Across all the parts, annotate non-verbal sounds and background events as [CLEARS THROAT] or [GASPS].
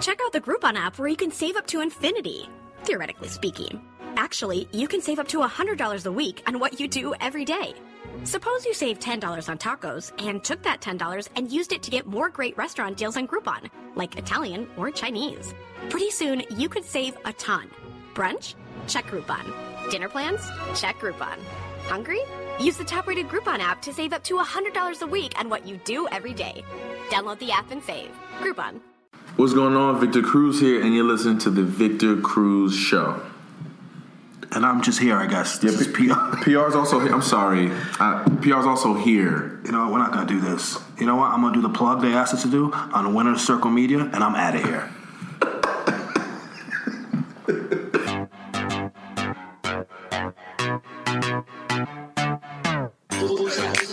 Check out the Groupon app where you can save up to infinity, theoretically speaking. Actually, you can save up to $100 a week on what you do every day. Suppose you saved $10 on tacos and took that $10 and used it to get more great restaurant deals on Groupon, like Italian or Chinese. Pretty soon, you could save a ton. Brunch? Check Groupon. Dinner plans? Check Groupon. Hungry? Use the top rated Groupon app to save up to $100 a week on what you do every day. Download the app and save. Groupon. What's going on? Victor Cruz here, and you're listening to The Victor Cruz Show. And I'm just here, I guess. This yeah, P- PR. PR's also here. I'm sorry. Uh, PR's also here. You know what? We're not going to do this. You know what? I'm going to do the plug they asked us to do on Winner Circle Media, and I'm out of here.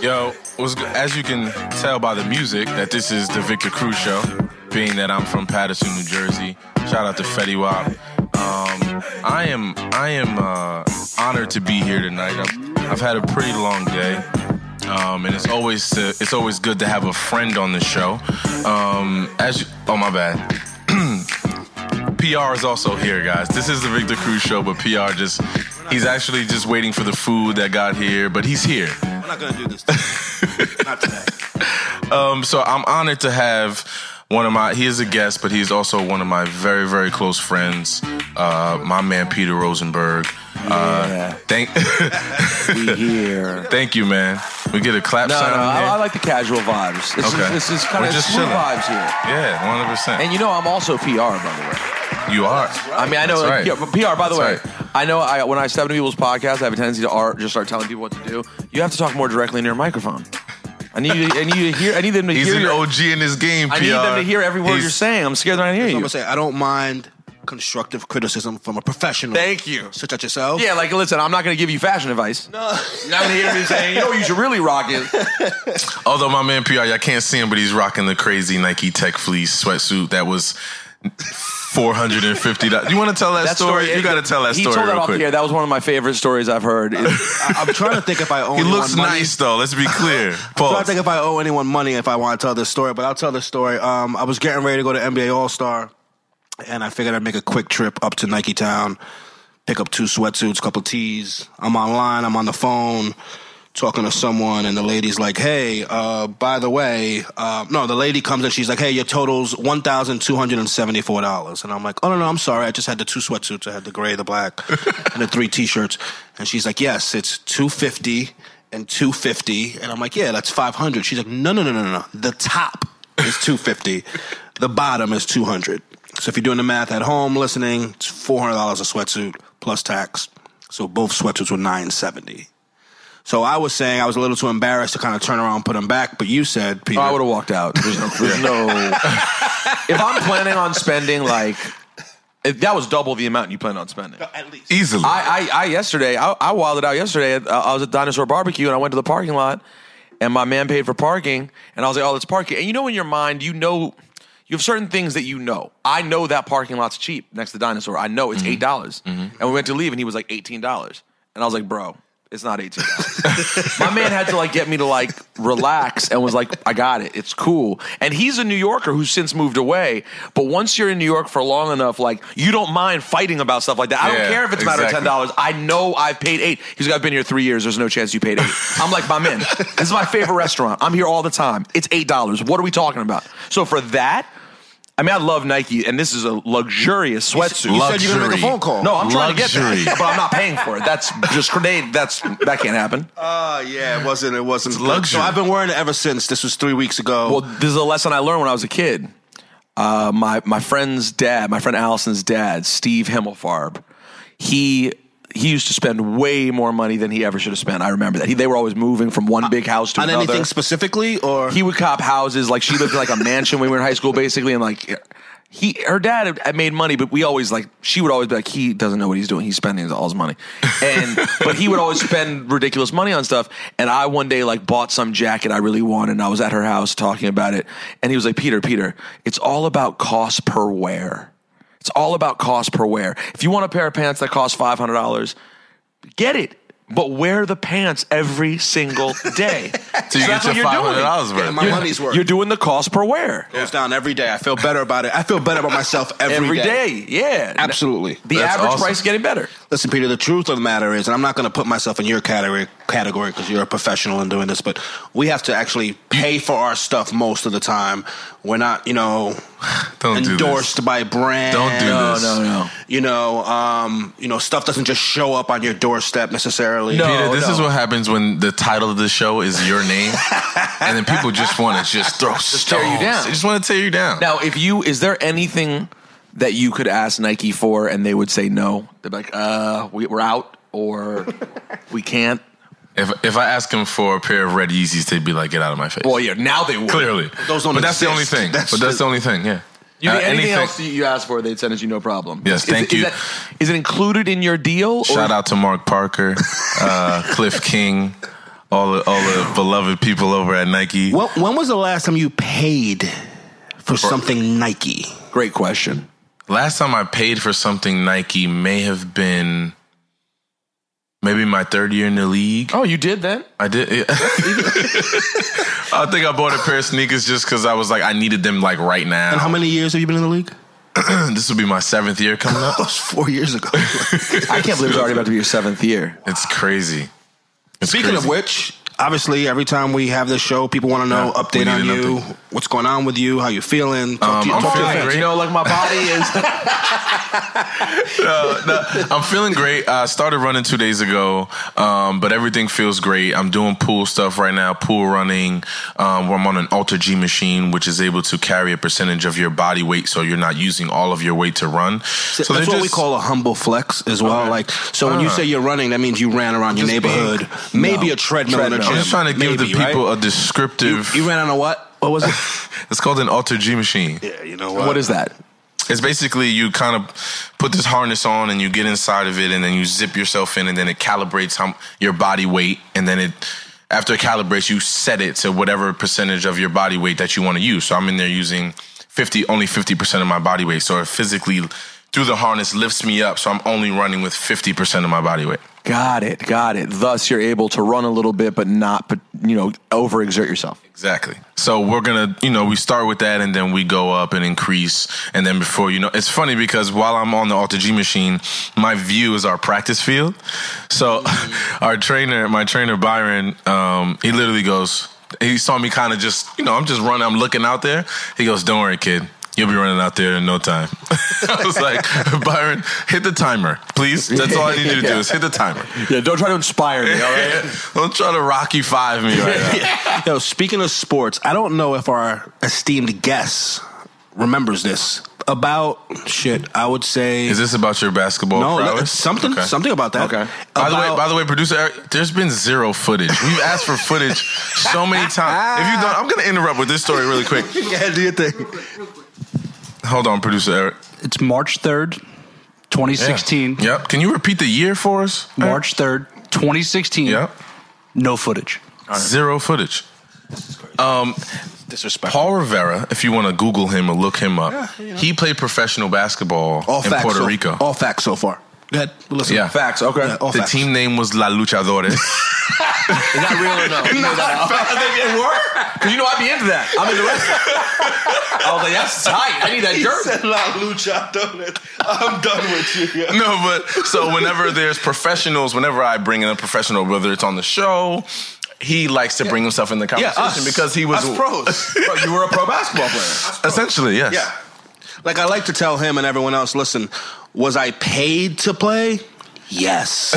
Yo, was, as you can tell by the music, that this is the Victor Cruz Show, being that I'm from Patterson, New Jersey. Shout out to Fetty Wap. Um, I am I am uh, honored to be here tonight. i have had a pretty long day, um, and it's always to, it's always good to have a friend on the show. Um, as you, oh my bad. [CLEARS THROAT] PR is also here, guys. This is the Victor Cruz show, but PR just he's actually just waiting for the food that got here, but he's here. We're not gonna do this. Today. not today. Um, so I'm honored to have one of my he is a guest but he's also one of my very very close friends uh, my man peter rosenberg uh, yeah. [LAUGHS] thank we here thank you man we get a clap no, sign no, I, I, like the casual vibes this okay. is, this is kind of smooth vibes here yeah 100% and you know i'm also pr by the way you are. Right. I mean, I know. Right. Like, PR, by the That's way, right. I know. I when I step into people's podcasts, I have a tendency to art, just start telling people what to do. You have to talk more directly near your microphone. I need you. To, I need you to hear. I need them to He's hear. He's an OG in this game. PR. I need them to hear every word He's, you're saying. I'm scared they're not hearing you. I'm gonna say I don't mind constructive criticism from a professional. Thank you. Such as yourself. Yeah, like listen, I'm not gonna give you fashion advice. No, you're not gonna hear me saying, you know, you should really rock it. Although my man PR, y'all can't see him, but he's rocking the crazy Nike Tech Fleece sweatsuit that was. Four hundred and fifty dollars. You want to tell that, that story? story? You got to tell that he story told real that quick. Yeah, that was one of my favorite stories I've heard. I, am trying to think if I owe. He looks money. nice though. Let's be clear. [LAUGHS] I'm trying to think if [LAUGHS] I owe anyone money if I want to tell this story, but I'll tell this story. Um, I was getting ready to go to NBA All Star, and I figured I'd make a quick trip up to Nike Town, pick up two sweatsuits, couple tees. I'm online. I'm on the phone. Talking to someone, and the lady's like, "Hey, uh, by the way, uh, no." The lady comes and she's like, "Hey, your total's one thousand two hundred and seventy-four dollars." And I'm like, "Oh no, no, I'm sorry. I just had the two sweatsuits. I had the gray, the black, and the three t-shirts." And she's like, "Yes, it's two fifty and two fifty. And I'm like, "Yeah, that's five hundred. She's like, "No, no, no, no, no. The top is two fifty. the bottom is two hundred. So if you're doing the math at home, listening, it's four hundred dollars a sweatsuit plus tax. So both sweatsuits were nine seventy. So I was saying I was a little too embarrassed to kind of turn around and put them back, but you said, Peter. Oh, I would have walked out. There's [LAUGHS] no. There's no if I'm planning on spending like. If that was double the amount you planned on spending. At least. Easily. I, I, I yesterday, I, I wilded out yesterday. I was at Dinosaur Barbecue and I went to the parking lot and my man paid for parking and I was like, oh, let's park it. And you know, in your mind, you know, you have certain things that you know. I know that parking lot's cheap next to Dinosaur. I know it's $8. dollars mm-hmm. And we went to leave and he was like $18. And I was like, bro, it's not 18 my man had to like get me to like relax and was like i got it it's cool and he's a new yorker who's since moved away but once you're in new york for long enough like you don't mind fighting about stuff like that i yeah, don't care if it's a matter of $10 i know i've paid 8 he's like i've been here three years there's no chance you paid 8 i'm like my man this is my favorite restaurant i'm here all the time it's $8 what are we talking about so for that I mean, I love Nike, and this is a luxurious sweatsuit. You said you're gonna make a phone call. No, I'm trying Luxury. to get that, but I'm not paying for it. That's just grenade. That's that can't happen. Oh uh, yeah, it wasn't. It wasn't it's luxury. So I've been wearing it ever since. This was three weeks ago. Well, this is a lesson I learned when I was a kid. Uh, my my friend's dad, my friend Allison's dad, Steve Himmelfarb, he he used to spend way more money than he ever should have spent. I remember that. He, they were always moving from one big house to on another. anything specifically, or he would cop houses. Like she lived in like a mansion when we were in high school, basically, and like He, her dad had made money, but we always like she would always be like, he doesn't know what he's doing. He's spending all his money, and but he would always spend ridiculous money on stuff. And I one day like bought some jacket I really wanted, and I was at her house talking about it, and he was like, Peter, Peter, it's all about cost per wear. It's all about cost per wear. If you want a pair of pants that cost five hundred dollars, get it. But wear the pants every single [LAUGHS] day. So you that's get your what you're doing. $500 worth. Yeah, my You're- money's worth. You're doing the cost per wear. goes down every day. I feel better about it. I feel better about [LAUGHS] myself Every day. Yeah. Absolutely. The That's average awesome. price is getting better. Listen, Peter, the truth of the matter is, and I'm not going to put myself in your category category because you're a professional in doing this, but we have to actually pay for our stuff most of the time. We're not, you know, Don't do endorsed this. by brands. Don't do No, this. no, no. You know, um, you know, stuff doesn't just show up on your doorstep necessarily. No. Peter, this no. is what happens when the title of the show is your name, and then people just want [LAUGHS] to just throw just tear you down. They just want to tear you down. Now, if you, is there anything that you could ask Nike for and they would say no? They're like, uh, we, we're out or we can't. if if I ask them for a pair of red Yeezys, they'd be like, "Get out of my face." Well, yeah, now they would. clearly. Those don't but that's the only exist. thing. That's but that's the- the only thing. Yeah. You, Uh, anything, else you- you ask for, they'd send it to you no problem. Yes, Is- thank is you. that- is it included in your deal? Shout out to Mark Parker, [LAUGHS] uh, Cliff King, all the all the beloved people over at Nike. When, when was the last time you paid for something Nike? Great question. Last time I paid for something Nike may have been maybe my third year in the league. Oh, you did then? I [LAUGHS] did. yeah. [LAUGHS] I think I bought a pair of sneakers just because I was like, I needed them like right now. And how many years have you been in the league? [CLEARS THROAT] this will be my seventh year [LAUGHS] coming That up. was four years ago. I can't believe it's already about to be your seventh year. It's crazy. It's Speaking of crazy. which, obviously, every time we have this show, people want to know Yeah, we update need on an you, update. what's going on with you, how you feeling. Talk to, you, I'm talk to your feeling fans. great. You know, like my body is. no, no, I'm feeling great. I started running two days ago, um, but everything feels great. I'm doing pool stuff right now, pool running, um, where I'm on an Alter G machine, which is able to carry a percentage of your body weight, so you're not using all of your weight to run. So That's what they're we just- call a humble flex as well. Okay. Like, so when you Ah. say you're running, that means you ran around your Just neighborhood, maybe a treadmill in a I'm gym. just trying to give maybe, the people right? a descriptive. You ran on a what? What was it? [LAUGHS] it's called an Alter G machine. yeah, you know what is that? It's basically you kind of put this harness on and you get inside of it and then you zip yourself in and then it calibrates how, your body weight and then it after it calibrates you set it to whatever percentage of your body weight that you want to use. So I'm in there using 50 only 50% of my body weight. So it physically through the harness lifts me up so I'm only running with 50% of my body weight. Got it, got it. Thus, you're able to run a little bit, but not, but you know, overexert yourself. Exactly. So we're gonna, you know, we start with that, and then we go up and increase, and then before you know, it's funny because while I'm on the Alter G machine, my view is our practice field. So [LAUGHS] our trainer, my trainer Byron, um, he literally goes, he saw me kind of just, you know, I'm just running, I'm looking out there. He goes, "Don't worry, kid." You'll be running out there in no time. [LAUGHS] I was like, [LAUGHS] Byron, hit the timer, please. That's all I need you to do is hit the timer. Yeah, don't try to inspire me. All [LAUGHS] right. Don't try to Rocky Five me right [LAUGHS] now. Yo, speaking of sports, I don't know if our esteemed guest remembers this. About shit, I would say. Is this about your basketball No, prowess? it's something- something about that. Okay. By the way, About- by the way, producer Eric, there's been zero footage. We've asked for footage [LAUGHS] so many times. If you don't, I'm gonna interrupt with this story really quick. [LAUGHS] yeah, do your thing. Hold on, producer Eric. It's March 3rd, 2016. Yep. Can you repeat the year for us? Eric? March 3rd, 2016. Yep. No footage. Zero footage. Um, Disrespectful. Paul Rivera, if you want to Google him or look him up, he played professional basketball All in facts Puerto so, Rico. All facts so far. Go ahead. Listen. Yeah. Facts. Okay. Yeah, all the facts. team name was La Luchadores. [LAUGHS] Is that real or no? You know that. I think it worked. Because you know I'd be into that. I'm into wrestling. I was like, that's tight. I need that jersey. I'm done with you. [LAUGHS] No, but so whenever there's professionals, whether I bring in a professional, whether it's on the show, he likes to bring himself in the Yeah, us. conversation because he was us pros. [LAUGHS] Bro, you were a pro basketball player. essentially yes. Yeah. Like I like to tell him and everyone else, listen, was I paid to play? Yes.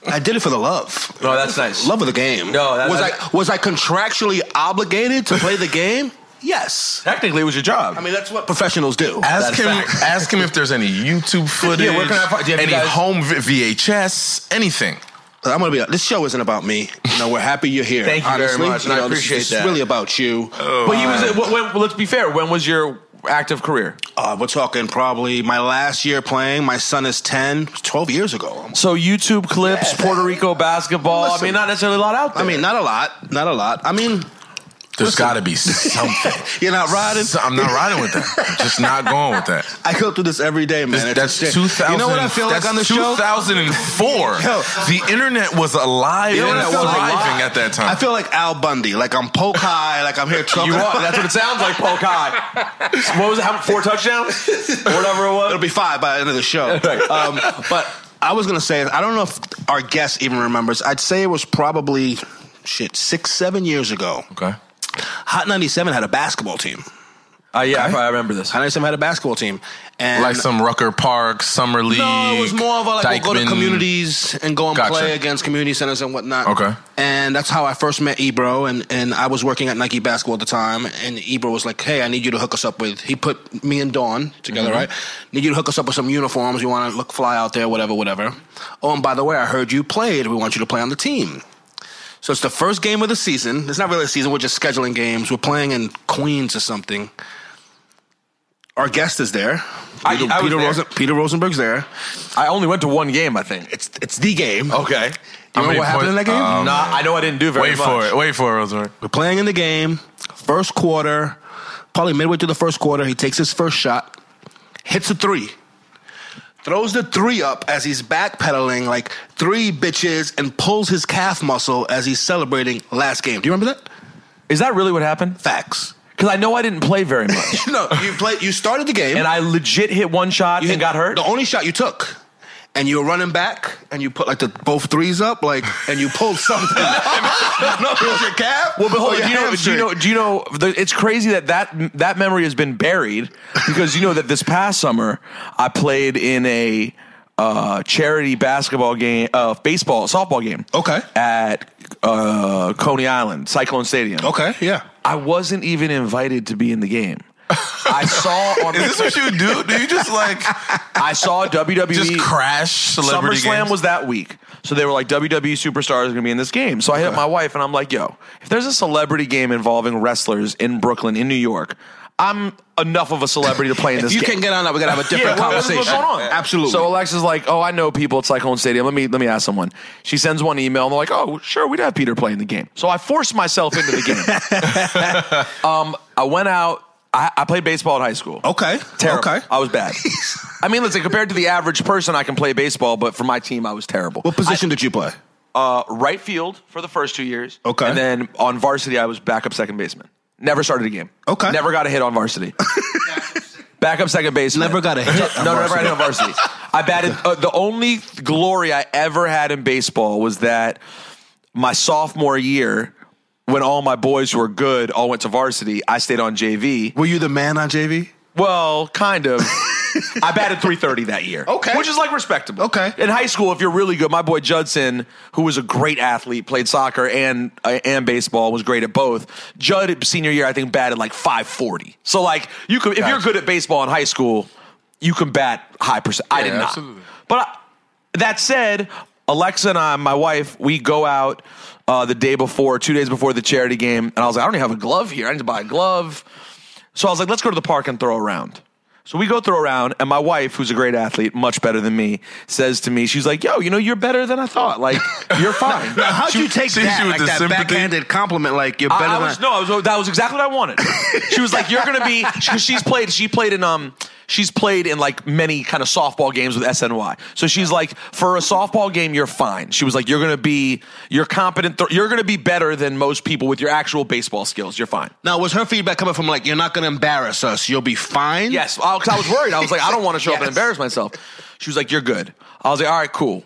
[LAUGHS] I did it for the love. No, Oh, that's nice. Love of the game. No, that- was I, that- was I contractually obligated to play [LAUGHS] the game? Yes. Technically, it was your job. I mean, that's what professionals do. Ask That's [LAUGHS] him. fact. Ask him if there's any YouTube footage, Yeah, where can I find- do you have any you guys- home v- VHS, anything. I'm gonna be. This show isn't about me. You know, we're happy you're here. Thank you very honestly. much, and I know, this- appreciate this, that. Oh. It's really about you. but he was. When, when, let's be fair. When was your active career? Uh, we're talking probably my last year playing. My son is 10, 12 years ago. almost. So YouTube clips, Puerto Rico basketball. I mean, not necessarily a lot out there. I mean, not a lot. Not a lot. I mean, There's Listen. got to be something. you're [LAUGHS] not riding. So- I'm not riding with that. I'm just not going with that. I go through this every day, man. This- It's that's insane. 2000. You know what I feel like that's on the show? 2004. Yo. the internet was alive. You know what and I feel like? thriving at that time. I feel like Al Bundy. Like I'm poke high. Like I'm here talking. [LAUGHS] You are. That's what it sounds like, Paul Kai. [LAUGHS] What was it? How, four touchdowns? Or whatever it It'll was. be five by the end of the show. Um, but I was gonna say, I don't know if our guest even remembers. I'd say it was probably shit six, seven years ago. Okay. Hot ninety seven had a basketball team. Uh, yeah, I, I remember this. Hot ninety seven had a basketball team, and like some Rucker Park summer league. No, it was more of a like we'll go to Dykeman. communities and go and Gotcha. play against community centers and whatnot. Okay. And that's how I first met Ebro and, and I was working at Nike basketball at the time and Ebro was like, Hey, I need you to hook us up with he put me and Dawn together, Mm-hmm. right? Need you to hook us up with some uniforms, you wanna look fly out there, whatever, whatever. Oh, and by the way, I heard you played. We want you to play on the team. So it's the first game of the season. It's not really a season, we're just scheduling games. We're playing in Queens or something. Our guest is there. I- I was Peter, there. Rosen- Peter Rosenberg's there. I only went to one game, I think. It's it's the game. Okay. You remember many what happened in that points- game? um, nah, I know I didn't do very Wait much. for it. Wait for it, Rosemary. We're playing in the game. First quarter, probably midway through the first quarter, he takes his first shot, hits a three, throws the three up as he's backpedaling like three bitches, and pulls his calf muscle as he's celebrating last game. Do you remember that? Is that really what happened? Facts. [LAUGHS] Because I know I didn't play very much. no, you play. You started the game, and I legit hit one shot you and hit got hurt. The only shot you took. And you were running back, and you put like the both threes up, like, and you pulled [LAUGHS] something. [LAUGHS] no, it was your Oh, calf. Well, but hold or on. your Do you know? Do hamstring. you know? Do you know? The, it's crazy that, that that memory has been buried because you know that this past summer I played in a uh, charity basketball game, uh, baseball, softball game. Okay. At uh, Coney Island Cyclone Stadium. Okay, yeah. I wasn't even invited to be in the game. I saw on Is this what you do? Do you just like [LAUGHS] I saw WWE just crash celebrity SummerSlam games? was that week. So they were like, WWE superstars are going to be in this game. So I hit up my wife and I'm like, yo, if there's a celebrity game involving wrestlers in Brooklyn, in New York, I'm enough of a celebrity to play [LAUGHS] in If this you game. can get on that, we gotta have a different Yeah, what- what's- conversation. what's going on? Absolutely. So Alexa's like, oh, I know people at Cyclone Stadium. Let me let me ask someone. She sends one email and they're like, oh, sure, we'd have Peter playing the game. So I forced myself into the [LAUGHS] game. um, I went out. I, I played baseball in high school. okay, Terrible. okay. I was bad. I mean, listen, compared to the average person, I can play baseball, but for my team, I was terrible. what position did you play? Uh, right field for the first two years. Okay. And then on varsity, I was backup second baseman. Never started a game. Okay. Never got a hit [LAUGHS] on varsity. backup second baseman. Never got a hit on [LAUGHS] No, never varsity. got a hit on varsity. I [LAUGHS] batted. Uh, the only glory I ever had in baseball was that my sophomore year, when all my boys who were good all went to varsity, I stayed on JV. Were you the man on JV? Well, [LAUGHS] kind of. I batted 330 that year. Okay. Which is like respectable. Okay. In high school, if you're really good, my boy Judson, who was a great athlete, played soccer and uh, and baseball, was great at both. Judd, senior year, I think batted like 540. So like you could, if you're good at baseball in high school, you can bat high percent. I did not. absolutely. But I, that said, Alexa and I, my wife, we go out uh, the day before, two days before the charity game, and I was like, I don't even have a glove here. I need to buy a glove. So I was like, let's go to the park and throw around. So we go throw around, and my wife, who's a great athlete, much better than me, says to me, she's like, "Yo, you know, you're better than I thought. Like, [LAUGHS] you're fine." How'd you take she- she that? was Like the that sympathy? backhanded compliment, like you're better I, I than was no, I was, oh, that was exactly what I wanted. she was like, "You're gonna [LAUGHS] be," because she's played. She played in um, she's played in like many kind of softball games with SNY. So she's like, for a softball game, you're fine. She was like, "You're gonna be, you're competent. Th- you're gonna be better than most people with your actual baseball skills. You're fine." Now, was her feedback coming from like you're not going to embarrass us? You'll be fine. Yes, because I was worried. I was like, I don't want to show up and Yes. embarrass myself. She was like, "You're good." I was like, "All right, cool."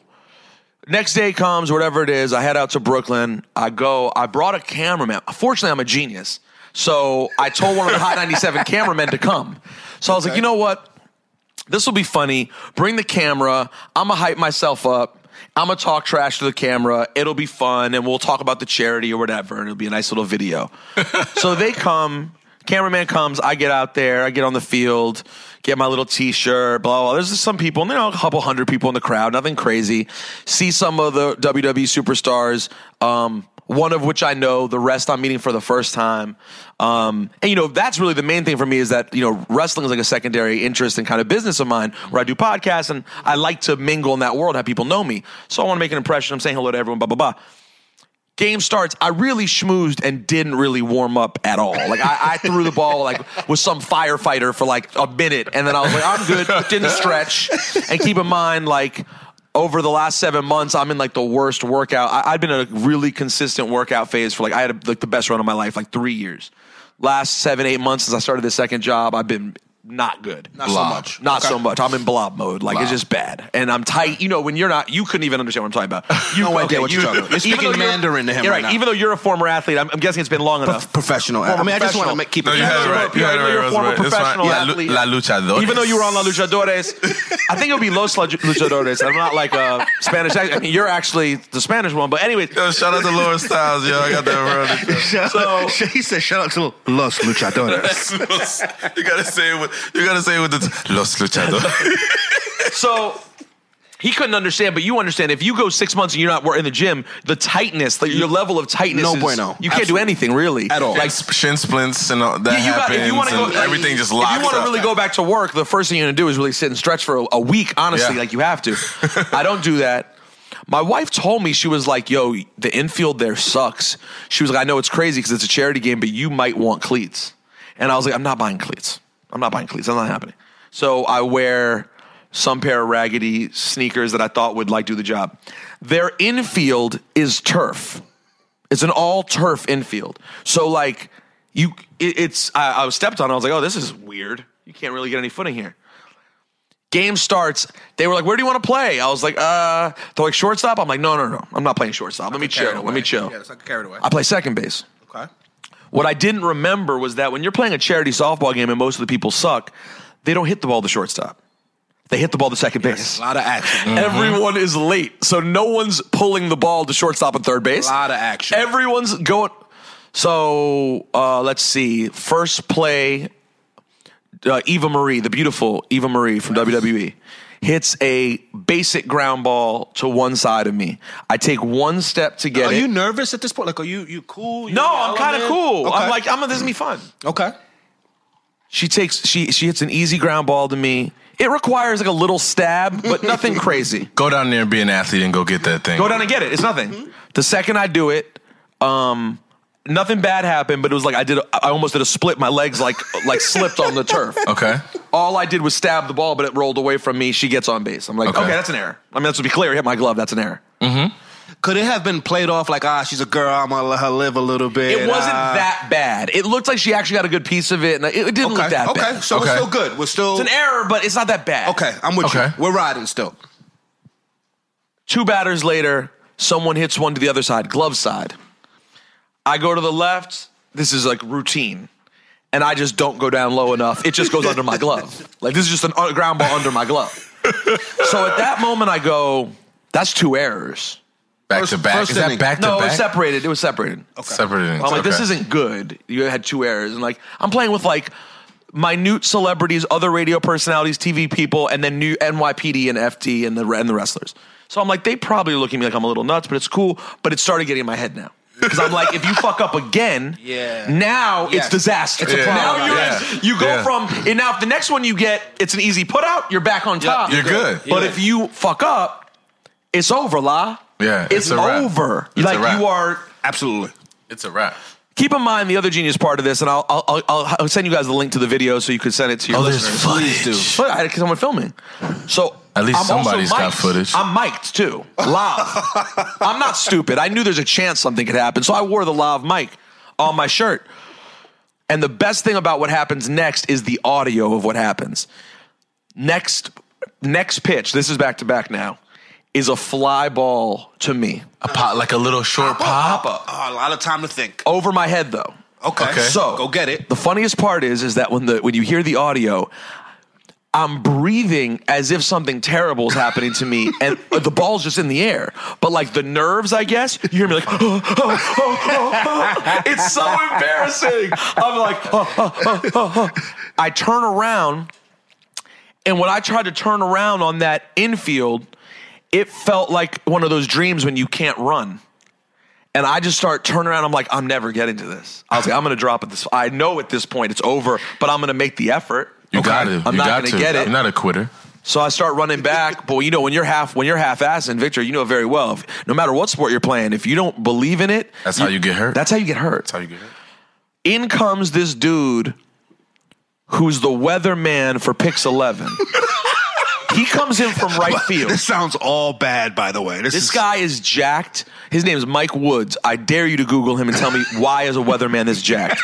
Next day comes, whatever it is. I head out to Brooklyn. I go. I brought a cameraman. Fortunately, I'm a genius, so I told one of the Hot 97 cameramen to come. So I was like, "You know what? This will be funny. Bring the camera. I'm gonna hype myself up." I'm gonna talk trash to the camera. It'll be fun, and we'll talk about the charity or whatever, and it'll be a nice little video. so they come, cameraman comes, I get out there, I get on the field, get my little t-shirt, blah, blah. There's just some people, and there are a couple hundred people in the crowd, nothing crazy. See some of the WWE E superstars. Um, one of which I know, the rest I'm meeting for the first time. Um, and you know, that's really the main thing for me is that you know, wrestling is like a secondary interest and kind of business of mine, where I do podcasts and I like to mingle in that world, have people know me. So I want to make an impression. I'm saying hello to everyone. Blah blah blah. Game starts. I really schmoozed and didn't really warm up at all. Like I, I threw the ball like with some firefighter for like a minute, and then I was like, I'm good. Didn't stretch. And keep in mind, like over the last seven months, I'm in like the worst workout. I, I've been in a really consistent workout phase for like I had like the best run of my life, like three years. Last seven eight months since I started the second job, I've been not good. Not so Blob. much. Not Okay. so much. I'm in blob mode. Like Blob. it's just bad, and I'm tight. You know, when you're not, you couldn't even understand what I'm talking about. You, No idea what you're talking about. You're even speaking though you're- Mandarin to him Yeah, right now. Even though you're a former athlete, I'm, I'm guessing it's been long enough. professional. I mean, I just want to make, keep it. No, you had it right. You Yeah, had it I know right. you're a Rose, former right. It's fine. professional Yeah, athlete. Lu- La Luchadores. Even though you were on La Luchadores, I think it would be Los Lu- Luchadores. I'm not like a Spanish. ac- I mean, you're actually the Spanish one, [LAUGHS] but anyways. Yo, shout out to Laura Styles, yo. I got that [LAUGHS] around. [LAUGHS] So he said, "Shout out to Los Luchadores." That's Los- [LAUGHS] you gotta say it with you gotta say it with the t- Los Luchadores. so he couldn't understand, but you understand. If you go six months and you're not wor- in the gym, the tightness, like your level of tightness, No is- bueno. You can't do Absolutely. anything really At all. Like like shin splints and all that Yeah, you got- happens. if you want to go, and like, everything just locks If you want to up. really go back to work, the first thing you're gonna do is really sit and stretch for a, a week. Honestly, Yeah. like you [LAUGHS] have to. I don't do that. My wife told me she was like, "Yo, the infield there sucks." She was like, "I know it's crazy because it's a charity game, but you might want cleats." And I was like, "I'm not buying cleats. I'm not buying cleats. That's not happening." So I wear some pair of raggedy sneakers that I thought would like do the job. Their infield is turf. It's an all turf infield. So like you, it, it's I, I was stepped on. I was like, oh, this is weird. You can't really get any footing here. Game starts. They were like, where do you want to play? I was like, uh, they're like shortstop. I'm like, no, no, no. I'm not playing shortstop. Let me chill. Let me chill. Yeah, it's not carried away. I play second base. Okay. What I didn't remember was that when you're playing a charity softball game and most of the people suck, they don't hit the ball to shortstop. They hit the ball to second base. A lot of action. Everyone is late, so no one's pulling the ball to shortstop and third base. A lot of action. Everyone's going. So uh, let's see. First play, uh, Eva Marie, the beautiful Eva Marie from WWE, hits a basic ground ball to one side of me. I take one step to get Are it. Oh, you nervous at this point? Like, are you you cool? You no, in the I'm kind of element? cool. Okay. I'm like, I'm. This is gonna be fun. okay. She takes she she hits an easy ground ball to me. It requires like a little stab, but [LAUGHS] nothing crazy. Go down there and be an athlete and go get that thing. Go down and get it. It's nothing. Mm-hmm. The second I do it, um, nothing bad happened, but it was like I did. A, I almost did a split. My legs like like slipped on the [LAUGHS] turf. Okay. All I did was stab the ball, but it rolled away from me. She gets on base. I'm like, okay, Okay. that's an error. I mean, let's be clear. Hit my glove. That's an error. Could it have been played off like, ah, she's a girl. I'm gonna let her live a little bit. It wasn't ah. that bad. It looked like she actually got a good piece of it, and it, it didn't Okay. look that okay. bad. So Okay. we're still good. We're still It's an error, but it's not that bad. Okay. I'm with Okay. you. We're riding still. Two batters later, someone hits one to the other side, glove side. I go to the left. This is like routine. And I just don't go down low enough. It just goes under my glove. Like this is just an a ground ball under my glove. So at that moment, I go, that's two errors. Back First- to back. first Is that inning. back to no, it back? was separated. It was separated. Separate innings. I'm like, this Okay. isn't good. You had two errors. And like, I'm playing with like minute celebrities, other radio personalities, TV people, and then new NYPD and FD and the, and the wrestlers. So I'm like, they probably are looking at me like I'm a little nuts, but it's cool. But it started getting in my head now. Because I'm like, if you fuck up again, [LAUGHS] Yeah. now Yes. it's disaster. It's a Yeah. Now problem. you're, Yeah. you go Yeah. from, and now if the next one you get, it's an easy put out, you're back on top. You're good. But if you fuck up, it's over, La. Yeah, It's, it's a wrap. over. It's a like wrap. you are Absolutely. It's a wrap. Keep in mind the other genius part of this, and I'll I'll, I'll, I'll send you guys the link to the video so you could send it to your listeners. Oh, footage. But I had someone filming, so At least I'm also somebody's got mic'd. footage. I'm mic'd too, live. I'm not stupid. I knew there's a chance something could happen, so I wore the live mic on my shirt. And the best thing about what happens next is the audio of what happens. Next, next pitch. This is back to back now. Is a fly ball to me A pop, like a little short pop. Oh, a lot of time to think. over my head though. Okay. Okay. So go get it. The funniest part is is that when the when you hear the audio, I'm breathing as if something terrible is happening to me, and [LAUGHS] the ball's just in the air. But like the nerves, I guess you hear me like, [GASPS] oh, oh, oh, oh, oh. it's so embarrassing. I'm like, oh, oh, oh, oh, oh. I turn around, and when I tried to turn around on that infield, it felt like one of those dreams when you can't run And I just start turning around. I'm like, I'm never getting to this. I was like, I'm going to drop at this. I know at this point it's over, but I'm going to make the effort. You got it. I'm you not got gonna to. get it. You're not a quitter. So I start running back, [LAUGHS] but you know when you're half when you're half assing, Victor, you know very well. If, no matter what sport you're playing, if you don't believe in it, That's how you get hurt. That's how you get hurt. That's how you get hurt. In comes this dude who's the weatherman for Pix Eleven. he comes in from right [LAUGHS] field. This sounds all bad, by the way. This, This is, guy is jacked. His name is Mike Woods. I dare you to Google him and tell me why is a weatherman this jacked.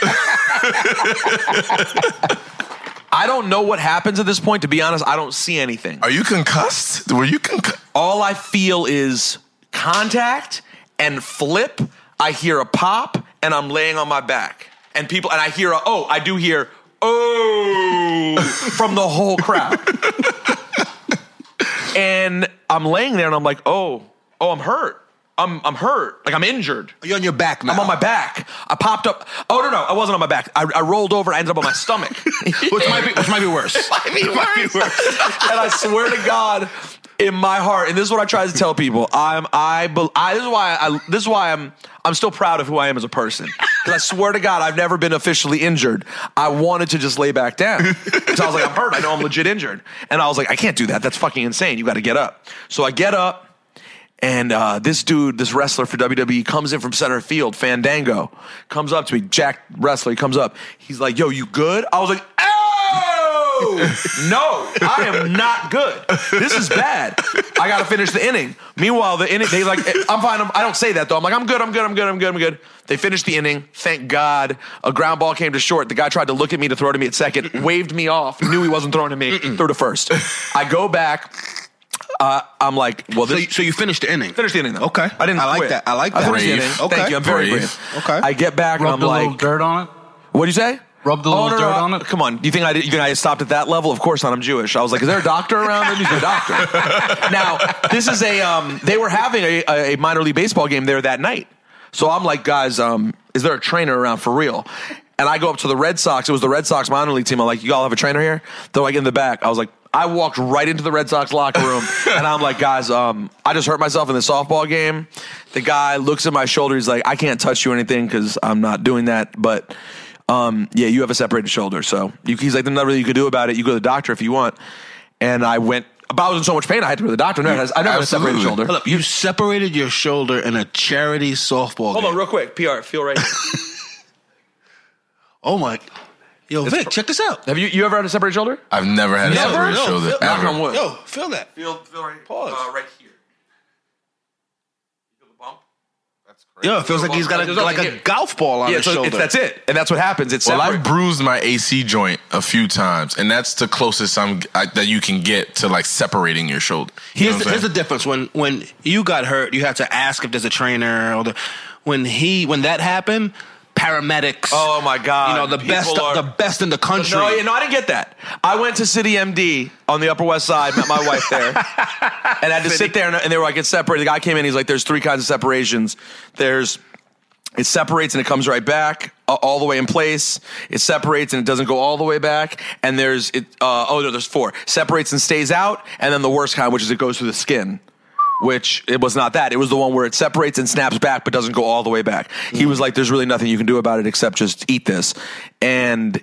I don't know what happens at this point. To be honest, I don't see anything. Are you concussed? Were you [LAUGHS] concussed? All I feel is contact and flip. I hear a pop and I'm laying on my back. And people, and I hear a, oh, I do hear, oh, [LAUGHS] from the [LAUGHS] whole crowd. and I'm laying there and I'm like, oh, oh, I'm hurt. I'm, I'm hurt. Like I'm injured. you're on your back now. I'm on my back. I popped up. Oh, no, no, I wasn't on my back. I, I rolled over. I ended up on [LAUGHS] my stomach. which might be which might be worse. [LAUGHS] and I swear to God, in my heart, and this is what I try to tell people. I'm I, bel- I this is why I this is why I'm I'm still proud of who I am as a person. Because I swear to God, I've never been officially injured. I wanted to just lay back down. Because I was like, I'm hurt. I know I'm legit injured. And I was like, I can't do that. That's fucking insane. You got to get up. So I get up. And uh, this dude, this wrestler for WWE, comes in from center field, Fandango, comes up to me, Jack wrestler, he comes up. He's like, Yo, you good? I was like, Oh, no, I am not good. This is bad. I got to finish the inning. Meanwhile, the inning, they like, I'm fine. I'm, I don't say that though. I'm like, I'm good, I'm good, I'm good, I'm good, I'm good. They finished the inning. Thank God. A ground ball came to short. The guy tried to look at me to throw to me at 2nd waved me off, knew he wasn't throwing to me, threw to first. I go back. Uh, I'm like, well, So this, you, so you finished the inning. Finish the inning though. Okay. I didn't. I like quit. that. I like that. I finished the Brave. inning. Okay. Thank you. I'm very Brave. brave. Okay. I get back Rubbed and I'm a little like, dirt on it. what do you say? Rubbed a Oh, little no, no, dirt I- on it. Come on. Do you think I did, you think I stopped at that level? Of course not. I'm Jewish. I was like, is there a doctor around? Maybe he's [LAUGHS] a doctor. now, this is a um, they were having a, a a minor league baseball game there that night. So I'm like, guys, um, is there a trainer around for real? And I go up to the Red Sox. It was the Red Sox minor league team. I'm like, you all have a trainer here? They're like in the back. I was like, I walked right into the Red Sox locker [LAUGHS] room, and I'm like, guys, um, I just hurt myself in the softball game. The guy looks at my shoulder. He's like, I can't touch you or anything because I'm not doing that. But um, yeah, you have a separated shoulder. So you, he's like, there's nothing really you could do about it. You go to the doctor if you want. And I went, but I was in so much pain, I had to go to the doctor. No, I never had a separated Absolutely. shoulder. Hold up, you separated your shoulder in a charity softball Hold game. on, real quick. PR, feel right. Oh my. Yo, Vic, pr- check this out. have you you ever had a separate shoulder? I've never had Never? a separated No, shoulder Phil- knock ever. on wood. Yo, feel that. Feel feel right. Pause. Uh, right here. You feel the bump? Yo, it feels like he's got a, There's nothing like a here. golf ball on yeah, his so shoulder. it's, that's it, and that's what happens. It's Well, separate. I've bruised my AC joint a few times, and that's the closest I'm I, that you can get to like separating your shoulder. You know Here's, the, what I'm here's the saying? difference. When when you got hurt, you had to ask if there's a trainer. Or the, when he when that happened, paramedics. Oh, my God. You know the People best are- the best in the country. No, yeah, no, I didn't get that. I went to City MD on the Upper West Side, met my wife [LAUGHS] there, and I had to sit there, and, and they were like, "It's separated." The guy came in, he's like, "There's three kinds of separations. There's it separates and it comes right back." uh, All the way in place, it separates and it doesn't go all the way back. And there's it. Uh, oh no, there's four. Separates and stays out, and then the worst kind, which is it goes through the skin which it was not that. It was the one where it separates and snaps back, but doesn't go all the way back. He was like, "There's really nothing you can do about it except just eat this," and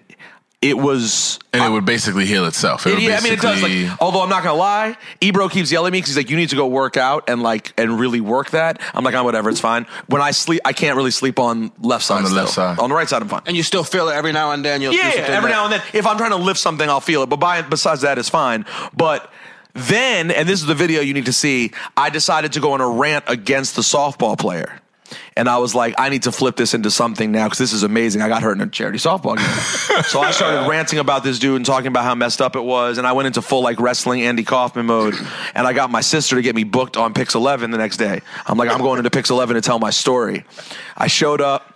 it was. and it would basically heal itself. It would yeah, I mean, it does. basically- Like, although I'm not gonna lie, Ebro keeps yelling at me because he's like, "You need to go work out and like and really work that." I'm like, "I'm whatever, it's fine." When I sleep, I can't really sleep on left side. On the still. left side. on the right side, I'm fine. and you still feel it every now and then. You'll do Yeah, something every that- now and then. If I'm trying to lift something, I'll feel it. But by, besides that, it's fine. But then, and this is the video you need to see, I decided to go on a rant against the softball player. And I was like, I need to flip this into something now because this is amazing. I got hurt in a charity softball game. so I started ranting about this dude and talking about how messed up it was. And I went into full like wrestling Andy Kaufman mode. And I got my sister to get me booked on Pix 11 the next day. I'm like, I'm going into Pix 11 to tell my story. I showed up.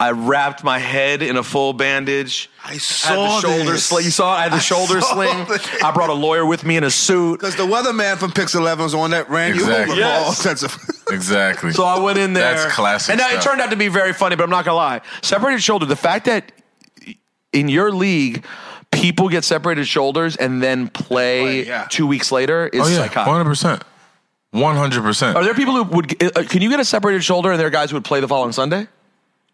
I wrapped my head in a full bandage. I I saw had the shoulder this. sling. You saw it? I had the I shoulder saw sling. this. I brought a lawyer with me in a suit. Because the weatherman from Pix 11 was on that ran you Exactly. over Yes. for all sense of. [LAUGHS] exactly. So I went in there. That's classic And now it stuff. turned out to be very funny, but I'm not gonna lie. Separated shoulder. The fact that in your league, people get separated shoulders and then play Play, yeah. two weeks later is oh yeah, psychotic. 100. percent One hundred percent. Are there people who would? uh, Can you get a separated shoulder? And there are guys who would play the following Sunday.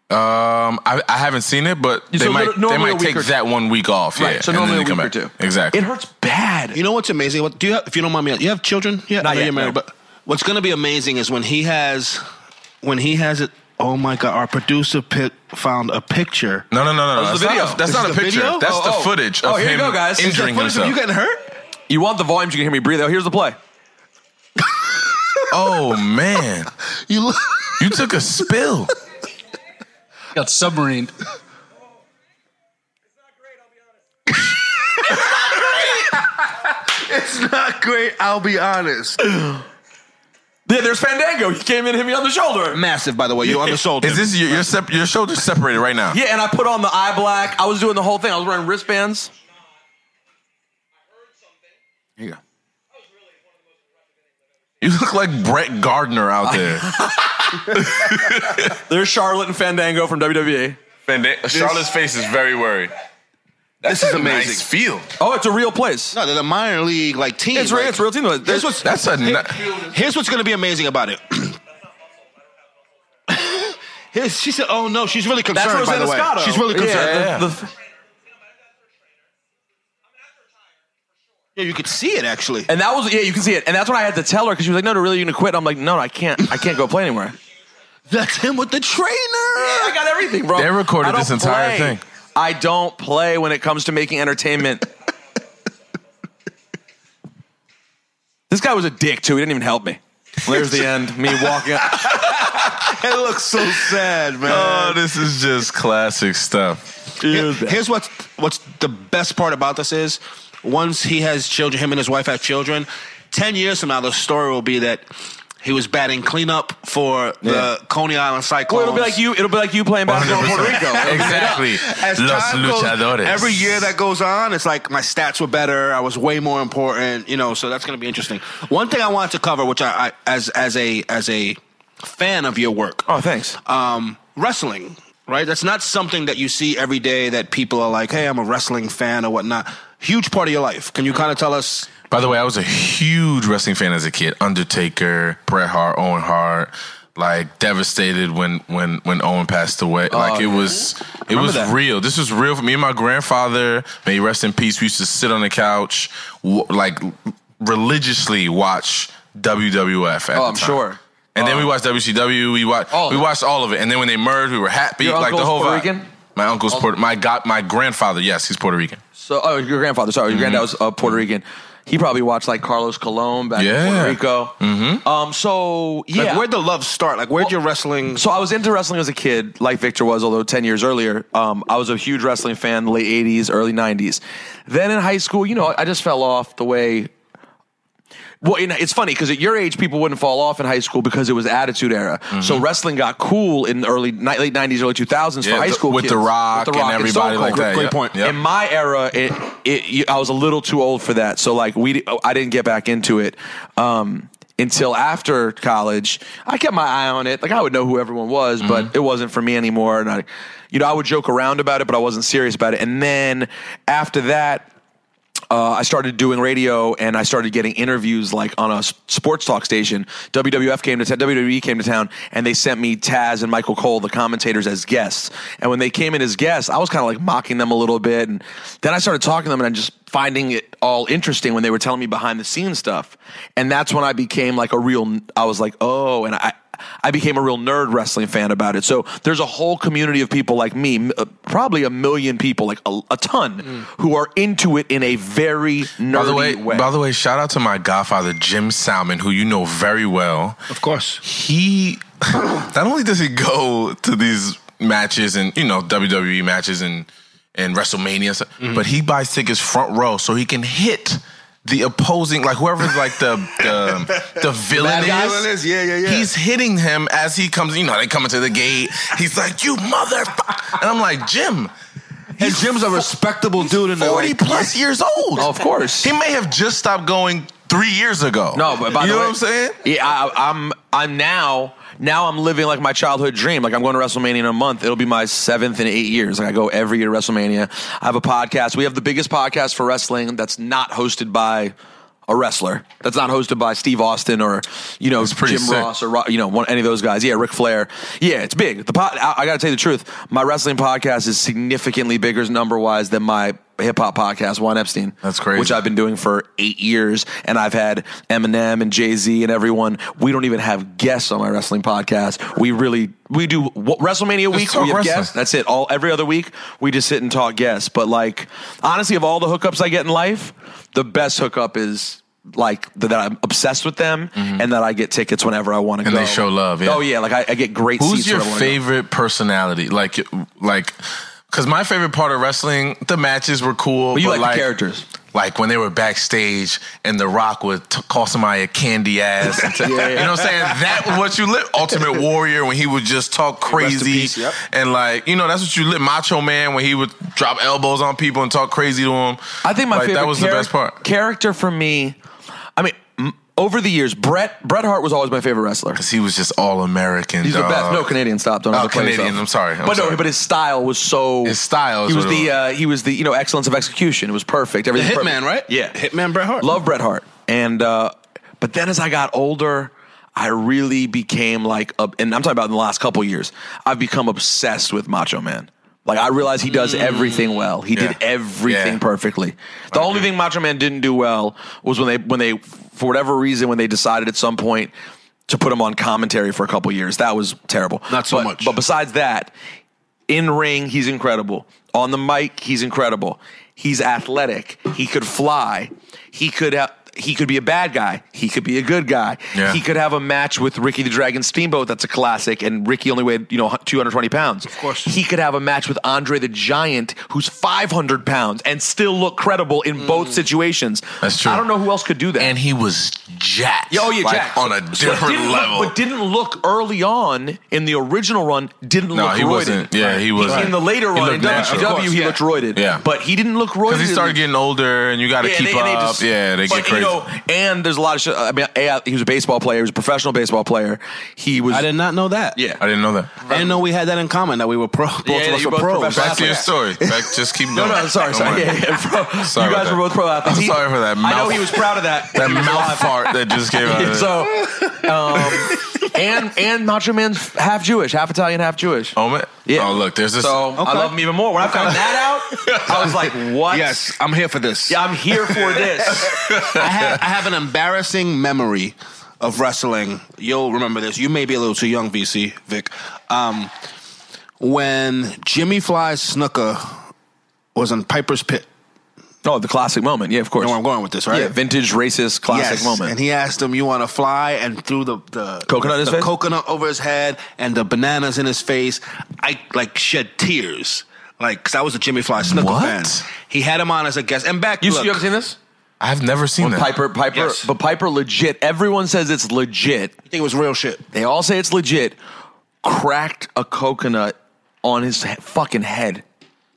Um, I, I haven't seen it, but they So might normally they a might week take or- that one week off. Right, Yeah, so and then normally they a come week or back. two. Exactly. It hurts bad. You know what's amazing? What do you have, if you don't mind me? You have children? Yeah, I Not know yet, you're married, no. but what's going to be amazing is when he has, when he has it. Oh my God! Our producer pic, found a picture. No, no, no, no. That no. That's was the not video. a, that's This not a is the picture. video? That's Oh, the oh. footage Oh, of here you him go, guys. This is the injuring Footage of himself. you getting hurt? You want the volume? so You can hear me breathe. Oh, here's the play. oh man, You look. you took a spill. Got submarined. It's not great. I'll be honest. There, there's Fandango. He came in and hit me on the shoulder. Massive, by the way. You're on the shoulder. Is this your your, sep- your shoulders separated right now? Yeah, and I put on the eye black. I was doing the whole thing. I was wearing wristbands. Here you go. You look like Brett Gardner out there. There's Charlotte and Fandango from E. WWE. and they, Charlotte's face is very worried. this is amazing. Nice feel. Oh, it's a real place. No, they're the minor league like team. It's real- like- it's real team, though. Here's what's, That's a ni- here's what's going to be amazing about [COUGHS] it. Here's- she said, "Oh no, she's really concerned." That's by Rosanna the way, Scotto. she's really Yeah, concerned. Yeah, the- the- you could see it actually. and that was yeah, you can see it. And that's when I had to tell her because she was like, "No, no, really, you're gonna quit." And I'm like, "No, no, I can't. I can't go play anywhere." That's him with the trainer. I got everything, bro. They recorded I don't this entire play. thing. I don't play when it comes to making entertainment. [LAUGHS] this guy was a dick too. He didn't even help me. There's the end. Me walking. out. It looks so sad, man. Oh, this is just classic stuff. Here- here's what's what's the best part about this is once he has children, him and his wife have children. Ten years from now, the story will be that he was batting cleanup for the Coney Island Cyclones. [LAUGHS] Well, it'll be like you. It'll be like you playing basketball in Puerto Rico. It'll be exactly. As Los time goes- luchadores. every year that goes on, it's like my stats were better. I was way more important, you know. So that's going to be interesting. One thing I wanted to cover, which I, I as as a as a fan of your work, [LAUGHS] Oh, thanks. um, wrestling, right? That's not something that you see every day that people are like, "Hey, I'm a wrestling fan" or whatnot. Huge part of your life. Can you kind of tell us? By the way, I was a huge wrestling fan as a kid. Undertaker, Bret Hart, Owen Hart. Like devastated when when when Owen passed away. Oh, like it was it was real. This was real for me and my grandfather. May he rest in peace. We used to sit on the couch, w- like religiously watch WWF. At Oh, the time. I'm sure. And then we watched WCW. We watched Uh, All of we it. watched E all of it. And then when they merged, we were happy. Your like the uncle's whole Puerto vibe. Rican? My uncle's Puerto. My god. My grandfather. Yes, he's Puerto Rican. So, oh, your grandfather. Sorry, your granddad was uh, Puerto Rican. He probably watched like Carlos Colon back Yeah. in Puerto Rico. Mm-hmm. Um, so yeah, Like, where'd the love start? Like, where'd your wrestling? Um, So I was into wrestling as a kid, like Victor was, although 10 years earlier. Um, I was a huge wrestling fan, late 80s, early 90s. Then in high school, you know, I just fell off the way. Well, you know, it's funny because at your age, people wouldn't fall off in high school because it was Attitude Era. Mm-hmm. So wrestling got cool in the early ni- late '90s, early 2000s Yeah, for high the- school with The kids. Rock and Stone everybody like Cold. that, Great- great yeah. point. Yep. In my era, it, it you- I was a little too old for that, so like we oh, I didn't get back into it um, until after college. I kept my eye on it, like I would know who everyone Mm-hmm. was, but it wasn't for me anymore. And I, you know, I would joke around about it, but I wasn't serious about it. And then after that. Uh, I started doing radio and I started getting interviews like on a s- sports talk station. WWF came to town, WWE came to town, and they sent me Taz and Michael Cole, the commentators, as guests. And when they came in as guests, I was kind of like mocking them a little bit. And then I started talking to them and I'm just finding it all interesting when they were telling me behind the scenes stuff. And that's when I became like a real, I was like, oh, and I, I became a real nerd wrestling fan about it. So there's a whole community of people like me, m- uh, probably a million people, like a, a ton, who are into it in a very nerdy By the way, way. by the way, shout out to my godfather Jim Salmon, who you know very well. Of course. He not only does he go to these matches and you know WWE matches and and WrestleMania, and stuff, Mm-hmm. but he buys tickets front row so he can hit the opposing like whoever's like the [LAUGHS] the, the villain guy? is, Villain is, yeah, yeah, yeah. he's hitting him as he comes you know they come into the gate he's like you motherfucker and i'm like jim And Jim's a respectable dude in the 40 plus years old. Of course. He may have just stopped going three years ago. No, but by you the know way, what I'm saying? Yeah, I, I'm. I'm now. Now I'm living like my childhood dream. Like I'm going to WrestleMania in a month. It'll be my seventh in eight years. Like I go every year to WrestleMania. I have a podcast. We have the biggest podcast for wrestling that's not hosted by a wrestler that's not hosted by Steve Austin or you know pretty Jim sick. Ross or Ro- you know one, any of those guys. Yeah, Ric Flair. Yeah, it's big. The pod, I, I got to tell you the truth. My wrestling podcast is significantly bigger number wise than my hip hop podcast, Juan Epstein. That's crazy. Which I've been doing for eight years, and I've had Eminem and Jay Z and everyone. We don't even have guests on my wrestling podcast. We really we do what, WrestleMania week. talk We have wrestling. guests. That's it. All every other week we just sit and talk guests. But like honestly, of all the hookups I get in life, the best hookup is like that I'm obsessed with them and that I get tickets whenever I want to go. Mm-hmm. And they show love, yeah. Oh yeah, like I, I get great. Who's seats your when I wanna go. favorite personality? Like, like, because my favorite part of wrestling, the matches were cool. But you like the characters. Like when they were backstage and The Rock would t- call somebody a candy ass. [LAUGHS] And t- You know what I'm saying? That was what you lit. Ultimate Warrior when he would just talk Rest in crazy. peace, yep. And like, you know, that's what you lit. Macho Man when he would drop elbows on people and talk crazy to them. I think my like, favorite That was charac- the best part. character for me. I mean, m- over the years, Bret Bret Hart was always my favorite wrestler. Because he was just all American. He's the best. No Canadian, stop! Don't Oh, overplay Canadian, yourself. I'm sorry, I'm but no, sorry. but his style was so. His style is He was what it the. was. Uh, he was the. You know, excellence of execution. It was perfect. The Everything. was Hitman, right? perfect. Yeah, Hitman Bret Hart. Love Bret Hart. And uh, but then as I got older, I really became like, ob- and I'm talking about in the last couple years, I've become obsessed with Macho Man. Like I realize he Mm. does everything well. He did Yeah. everything Yeah. perfectly. The only thing Macho Man didn't do well was when they when they for whatever reason when they decided at some point to put him on commentary for a couple years. That was terrible. Not so But- much. But besides that, in ring, he's incredible. On the mic, he's incredible. He's athletic. He could fly. He could have. He could be a bad guy. He could be a good guy. Yeah. He could have a match with Ricky the Dragon Steamboat. That's a classic. And Ricky only weighed, you know, 220 pounds. Of course. He could have a match with Andre the Giant, who's 500 pounds, and still look credible in both situations. Mm. That's true. I don't know who else could do that. And he was jacked. Yeah, oh yeah, like, Jack. On a But different didn't look- level. but didn't look early on in the original run. Didn't No, look he roided. wasn't. Yeah, he wasn't. In the later He run in looked natural. WCW, Of course, he yeah. looked roided. Yeah. but he didn't look roided. Because he started getting older, and you got to Yeah, keep they- and they up. just- yeah, they but, get crazy. You know, and there's a lot of shit. I mean, A, he was a baseball player. He was a professional baseball player. He was. I did not know that. Yeah. I didn't know that. I didn't know we had that in common. That we were pro. [LAUGHS] Both Yeah, of us you were both pros. professional Back to your athletes. story. Back, just keep going. [LAUGHS] No, no, sorry, Don't sorry. worry. Yeah, yeah, [LAUGHS] bro. Sorry you about guys that. were both pro athletes. I'm He- sorry for that. I know mouth- he was proud of [LAUGHS] that. That mouth fart that just came out. Of so, [LAUGHS] [LAUGHS] so, um, and and Macho Man's half Jewish, half Italian, half Jewish. oh, man. Yeah. oh, look, there's this. So I love him even more. When I found that out, I was [LAUGHS] like, "What? Yes, I'm here for this. yeah, I'm here for this." I have, I have an embarrassing memory of wrestling. You'll remember this. You may be a little too young, VC Vic. Um, when Jimmy Fly Snooker was in Piper's Pit, [LAUGHS] oh, the classic moment. Yeah, of you course. know where I'm going with this, right? Yeah, vintage racist classic Yes, moment. And he asked him, "You want to fly?" And threw the, the Coconut in his the face? coconut over his head, and the bananas in his face. I like shed tears. Like, cause I was a Jimmy Fly Snooker What? fan. He had him on as a guest. And back, you, look, you ever seen this? I've never seen that. Piper, Piper, Yes. but Piper legit. Everyone says it's legit. I think it was real shit. They all say it's legit. Cracked a coconut on his he- fucking head.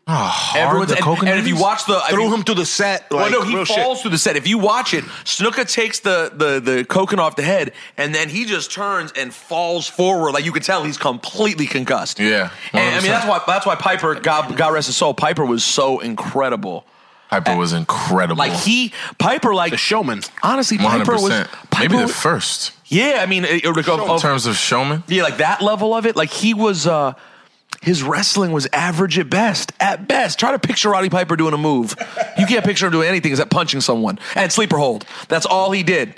Oh, hard Everyone's the and, coconut and if you is? watch the if Threw you- him through the set. Like, well, no, he real falls Shit. through the set. If you watch it, Snooker takes the, the the coconut off the head, and then he just turns and falls forward. Like you could tell, he's completely concussed. Yeah, and I 100%. mean that's why that's why Piper, God, God rest his soul, Piper was so incredible. Piper was incredible. Like he, Piper, like The showman. Honestly, 100%. Piper was Piper, Maybe the first. Yeah, I mean, it, it, of- In of- terms of [LAUGHS] showman. yeah, like that level of it. Like he was, uh his wrestling was average at best. At best, try to picture Roddy Piper doing a move. You can't picture him doing anything except punching someone and sleeper hold. That's all he did.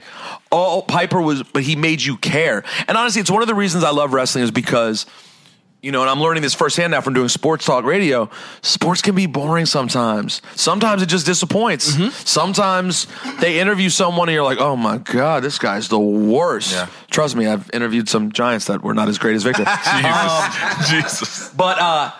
All Piper was, but he made you care. And honestly, it's one of the reasons I love wrestling is because. You know, and I'm learning this firsthand now from doing sports talk radio. Sports can be boring sometimes. Sometimes it just disappoints. Sometimes they interview someone and you're like, oh my God, this guy's the worst. Yeah. Trust me, I've interviewed some Giants that were not as great as Victor. Um, Jesus. [LAUGHS] Jesus. But uh,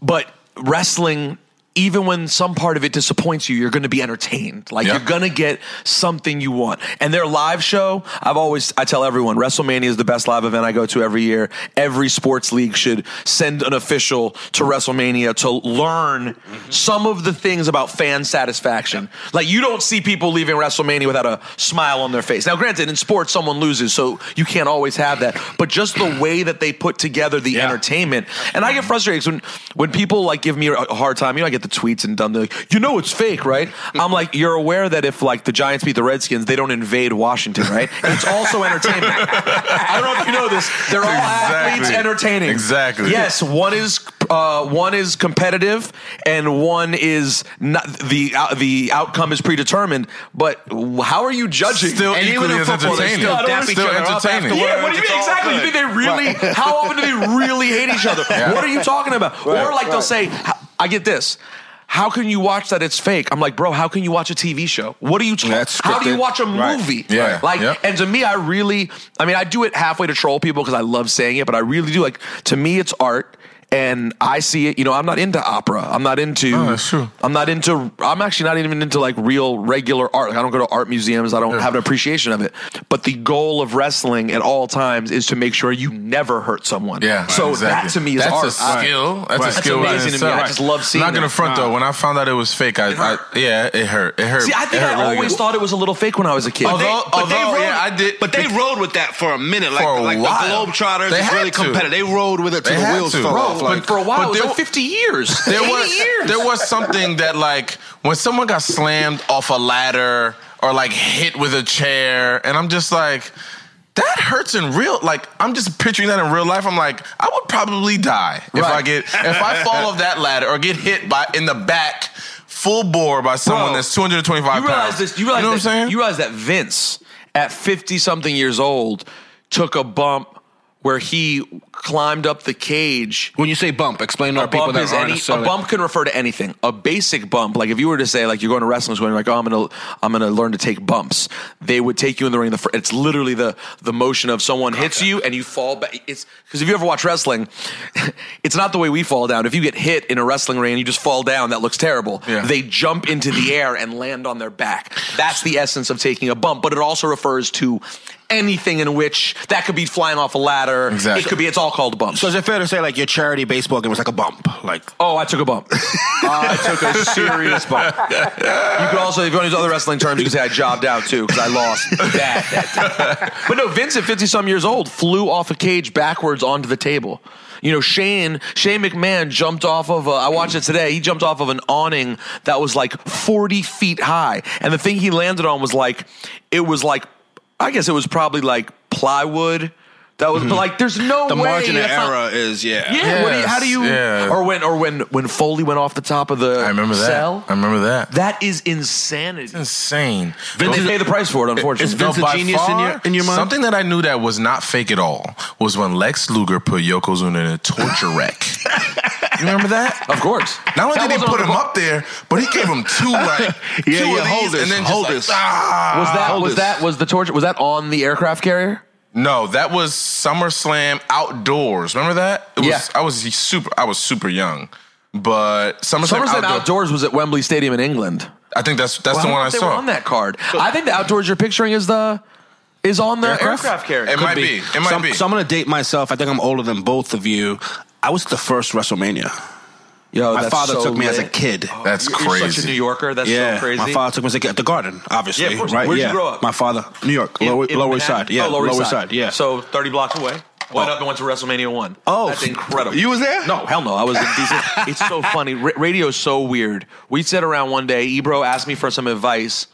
but wrestling, even when some part of it disappoints you, you're going to be entertained. Like Yeah. you're going to get something you want. And their live show, I've always I tell everyone, WrestleMania is the best live event I go to every year. Every sports league should send an official to WrestleMania to learn some of the things about fan satisfaction. Like you don't see people leaving WrestleMania without a smile on their face. Now, granted, in sports, someone loses, so you can't always have that. But just the way that they put together the entertainment, and I get frustrated 'cause when when people like give me a hard time. You know, I get the the tweets and dumb. They're like, you know, it's fake, right? Mm-hmm. I'm like, you're aware that if like the Giants beat the Redskins, they don't invade Washington, right? And it's [LAUGHS] also entertainment. I don't know if you know this. They're all athletes Exactly. entertaining. Exactly. Yes, one is uh, one is competitive, and one is not the uh, the outcome is predetermined. But how are you judging? Still And equally in as football, they entertaining. still dap each Still other up entertaining. afterwards. Yeah, what do you It's mean all exactly? good. You think they really? How often do they really hate each other? Yeah. What are you talking about? or like they'll say, h- I get this. How can you watch that? It's fake. I'm like, bro. How can you watch a TV show? What are you? T- That's how do you scripted. watch a Right. movie? Yeah. Like, Yep. and to me, I really, I mean, I do it halfway to troll people because I love saying it, but I really do. Like, to me, it's art. And I see it, you know, I'm not into opera. I'm not into, No, Oh, that's true. I'm not into, I'm actually not even into like real regular art. Like, I don't go to art museums. I don't have an appreciation of it. But the goal of wrestling at all times is to make sure you never hurt someone. Yeah. So exactly. that to me is that's art. a skill. That's a That's skill. amazing within to me. I itself. just love seeing I'm not gonna it. front though. When I found out it was fake, I, I yeah, it hurt. It hurt. See, I think It hurt I really always good. thought it was a little fake when I was a kid. Although, but they although, rode, yeah, I did. But they rode with that for a minute. Like, For a like the while. Globetrotters They is had really to. competitive. They rode with it They till the had wheels to. fell Bro, off. but Like, for a while, But it was there like wa- 50 years. there 80 was years. there was something that like when someone got slammed off a ladder or like hit with a chair, and I'm just like. That hurts in real. Like I'm just picturing that in real life. I'm like, I would probably die if I Right. get if [LAUGHS] I fall off that ladder or get hit by in the back full bore by someone Bro, that's 225 you realize pounds. this. You realize know what I'm that, saying? You realize that Vince, at fifty something years old, took a bump where he climbed up the cage. when you say bump, explain to A our people bump, that is aren't any, a necessarily- bump can refer to anything. A basic bump, like if you were to say, like you're going to wrestling school, and you're like, oh, I'm gonna, I'm gonna learn to take bumps. They would take you in the ring. The fir- it's literally the the motion of someone hits you and you fall back. It's because if you ever watch wrestling, [LAUGHS] it's not the way we fall down. If you get hit in a wrestling ring and you just fall down, that looks terrible. Yeah. They jump into the air and land on their back. That's the essence of taking a bump, but it also refers to anything in which that could be flying off a ladder. Exactly. It could be. It's all called bumps. So is it fair to say like your charity baseball game was like a bump? Like Oh, I took [LAUGHS] a bump. I took a serious bump. You could also, if you want to use other wrestling terms, you could say I jobbed out too because I lost [LAUGHS] bad that day. But no, Vince at 50 some years old flew off a cage backwards onto the table. You know, Shane Shane McMahon jumped off of. A, I watched it today. He jumped off of an awning that was like 40 feet high, and the thing he landed on was like, it was like, I guess it was probably like plywood. That was but like, there's Hmm. no the way margin of that's not- error is yeah. yeah. what do you, how do you? Yes, yeah. Or when? Or when? When Foley went off the top of the I remember that. cell. I remember that. That is insanity. insane. Vince they pay the price for it, unfortunately. No, by in far, your- in your mind? Something that I knew that was not fake at all was when Lex Luger put Yokozuna in a torture rack. you remember that? of course. Not only did That he wasn't put on him the- up there, but he gave him [LAUGHS] two like Yeah, two yeah, of these, hold this, and then hold just like, this. ah. Was that? Was this. that? Was the torture? Was that on the aircraft carrier? No, that was SummerSlam outdoors. Remember that? It was, Yeah. I was super. I was super young, but SummerSlam, SummerSlam outdoor- outdoors was at Wembley Stadium in England. I think that's that's Well, the how one I about they saw. were on that card. I think the outdoors you're picturing is the is on the aircraft, Aircraft? carrier. It Could might be. It might so, I'm- be. so I'm gonna date myself. I think I'm older than both of you. I was at the first WrestleMania. Yo, my Oh, that's father so took me as a lit. kid. that's You're- crazy. You're such a New Yorker. That's so crazy. My father took me as a kid at the Garden, obviously. Yeah, of course. right? Where'd you Yeah. grow up? My father, New York, Lower, in lower Manhattan? Side. Yeah, Oh, Lower, East Side. Yeah. So 30 blocks away. Went up and went to WrestleMania 1. Oh. That's incredible. You was there? No, hell no. I was in [LAUGHS] DC. it's so funny. Ra- radio's so weird. We sit around one day, Ebro asked me for some advice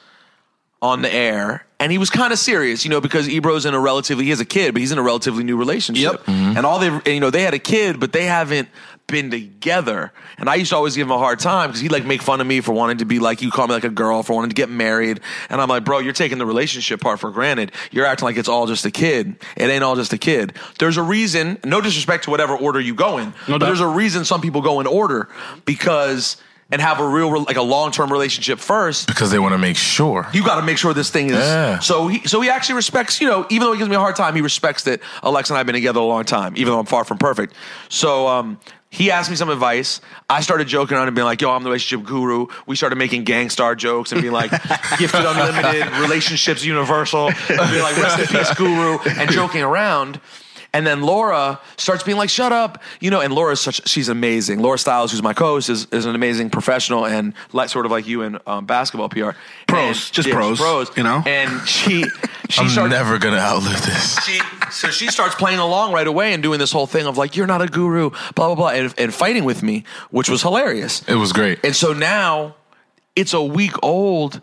on the air, and he was kind of serious, you know, because Ebro's in a relatively, he has a kid, but he's in a relatively new relationship. Yep. Mm-hmm. And all they, and, you know, they had a kid, but they haven't been together. And I used to always give him a hard time because he'd like make fun of me for wanting to be like, you call me like a girl, for wanting to get married. And I'm like, bro, you're taking the relationship part for granted. You're acting like it's all just a kid. It ain't all just a kid. There's a reason, no disrespect to whatever order you go in, but doubt. there's a reason some people go in order because, and have a real, like a long term relationship first because they want to make sure. you got to make sure this thing is. Yeah. So he, so he actually respects. You know, even though he gives me a hard time, he respects that Alex and I have been together a long time. Even though I'm far from perfect, so um, he asked me some advice. I started joking around and being like, "Yo, I'm the relationship guru." We started making gangstar jokes and being like, "Gifted unlimited, relationships universal," and being like, "Rest in peace, guru," and joking around. And then Laura starts being like, "Shut up," you know. And Laura's such she's amazing. Laura Styles, who's my co-host, is, is an amazing professional and like sort of like you in um, basketball PR. Pros, And- just yeah, pros, you know? And [LAUGHS] she, she I'm started, never gonna outlive this. she, so she starts playing along right away and doing this whole thing of like, "You're not a guru," blah blah blah, and, and fighting with me, which was hilarious. It was great. And so now it's a week old.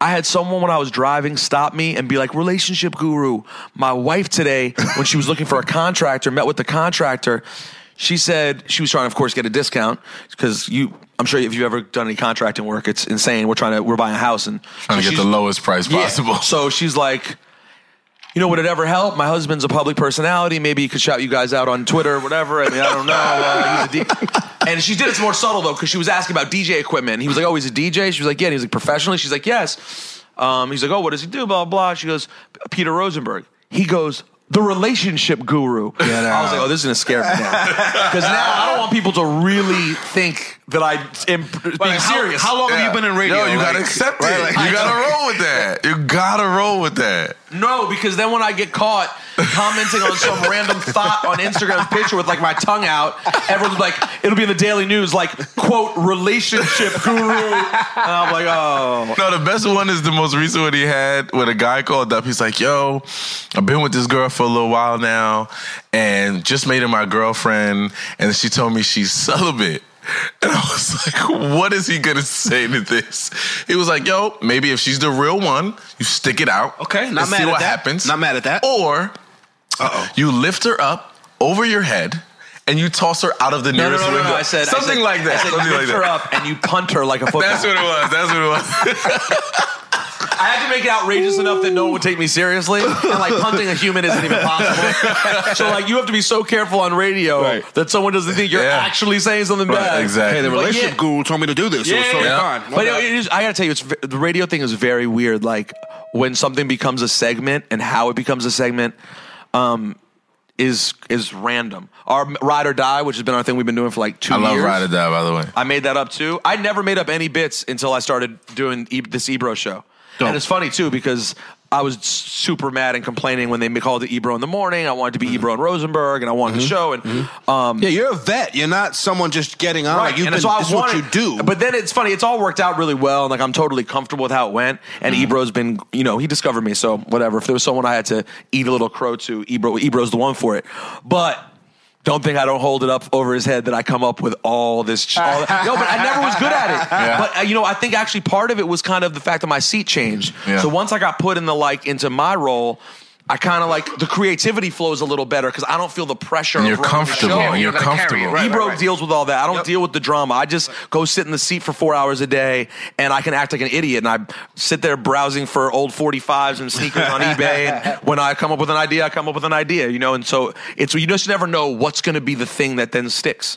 I had someone when I was driving stop me and be like, relationship guru, my wife today, when she was looking for a contractor, met with the contractor. She said she was trying to, of course, get a discount because you, I'm sure if you've ever done any contracting work, it's insane. We're trying to, we're buying a house and Trying to get the she's- lowest price yeah. possible. So she's like, you know, would it ever help? My husband's a public personality. Maybe he could shout you guys out on Twitter or whatever. I mean, I don't know. Uh, he's a D- [LAUGHS] and she did it more subtle though, because she was asking about DJ equipment. He was like, oh, he's a DJ. She was like, yeah. And he was like, professionally. She's like, yes. Um, he's like, oh, what does he do? Blah blah. She goes, Peter Rosenberg. He goes. The relationship [LAUGHS] guru. I was like, oh, this is gonna scare me now. Because now I don't want people to really think that I am being how- serious. how long have you been in radio? Yo, you gotta Like, accept it. right, like- you gotta roll with that. You gotta roll with that. No, because then when I get caught commenting on some random thought on Instagram's picture with like my tongue out, everyone's like, it'll be in the Daily News, like quote relationship guru. And I'm like, oh, No, the best one is the most recent one he had when a guy called up. He's like, "Yo, I've been with this girl for a little while now, and just made her my girlfriend, and she told me she's celibate." [LAUGHS] And I was like, "What is he gonna say to this?" He was like, "Yo, maybe if she's the real one, you stick it out, Okay, not and mad see at what that. happens. Not mad at that. Or Uh-oh. you lift her up over your head." And you toss her out of the no, no, nearest no, no, window. no. I said I something said- like that. I said, something you like lift her that. up and you punt her like a football. That's what it was. That's what it was. I had to make it outrageous enough that no one would take me seriously, and like punting a human isn't even [LAUGHS] possible. so like you have to be so careful on radio Right. that someone doesn't think you're Yeah. actually saying something Right, bad. exactly. Hey, the But relationship yeah. guru told me to do this. so it's totally yeah. fine. My But bad. it is, I gotta tell you, it's ve- the radio thing is very weird. Like when something becomes a segment and how it becomes a segment um, is is random. Our ride or die, which has been our thing we've been doing for like two. I love years, Ride or Die, by the way. I made that up too. I never made up any bits until I started doing e- this Ebro show. And it's funny too because I was super mad and complaining when they called it Ebro in the morning. I wanted to be Mm-hmm. Ebro and Rosenberg, and I wanted the show. And um, yeah, you're a vet. You're not someone just getting on. Like you've and been, so I this is what you wanted- do. But then it's funny. It's all worked out really well, and like I'm totally comfortable with how it went. And Mm-hmm. Ebro's been, you know, he discovered me. So whatever. If there was someone I had to eat a little crow to, Ebro, Ebro's the one for it. But. Don't think I don't hold it up over his head that I come up with all this. Ch- all that. No, but I never was good [LAUGHS] at it. Yeah. But uh, you know, I think actually part of it was kind of the fact that my seat changed. Yeah. So once I got put in the like into my role, I kind of like the creativity flows a little better because I don't feel the pressure. And of you're running the comfortable. show. and You're comfortable. Ebro deals with all that. I don't deal with the drama. I just go sit in the seat for four hours a day, and I can act like an idiot. And I sit there browsing for old 45s and sneakers [LAUGHS] on eBay. And when I come up with an idea, I come up with an idea, you know. And so it's you just never know what's going to be the thing that then sticks.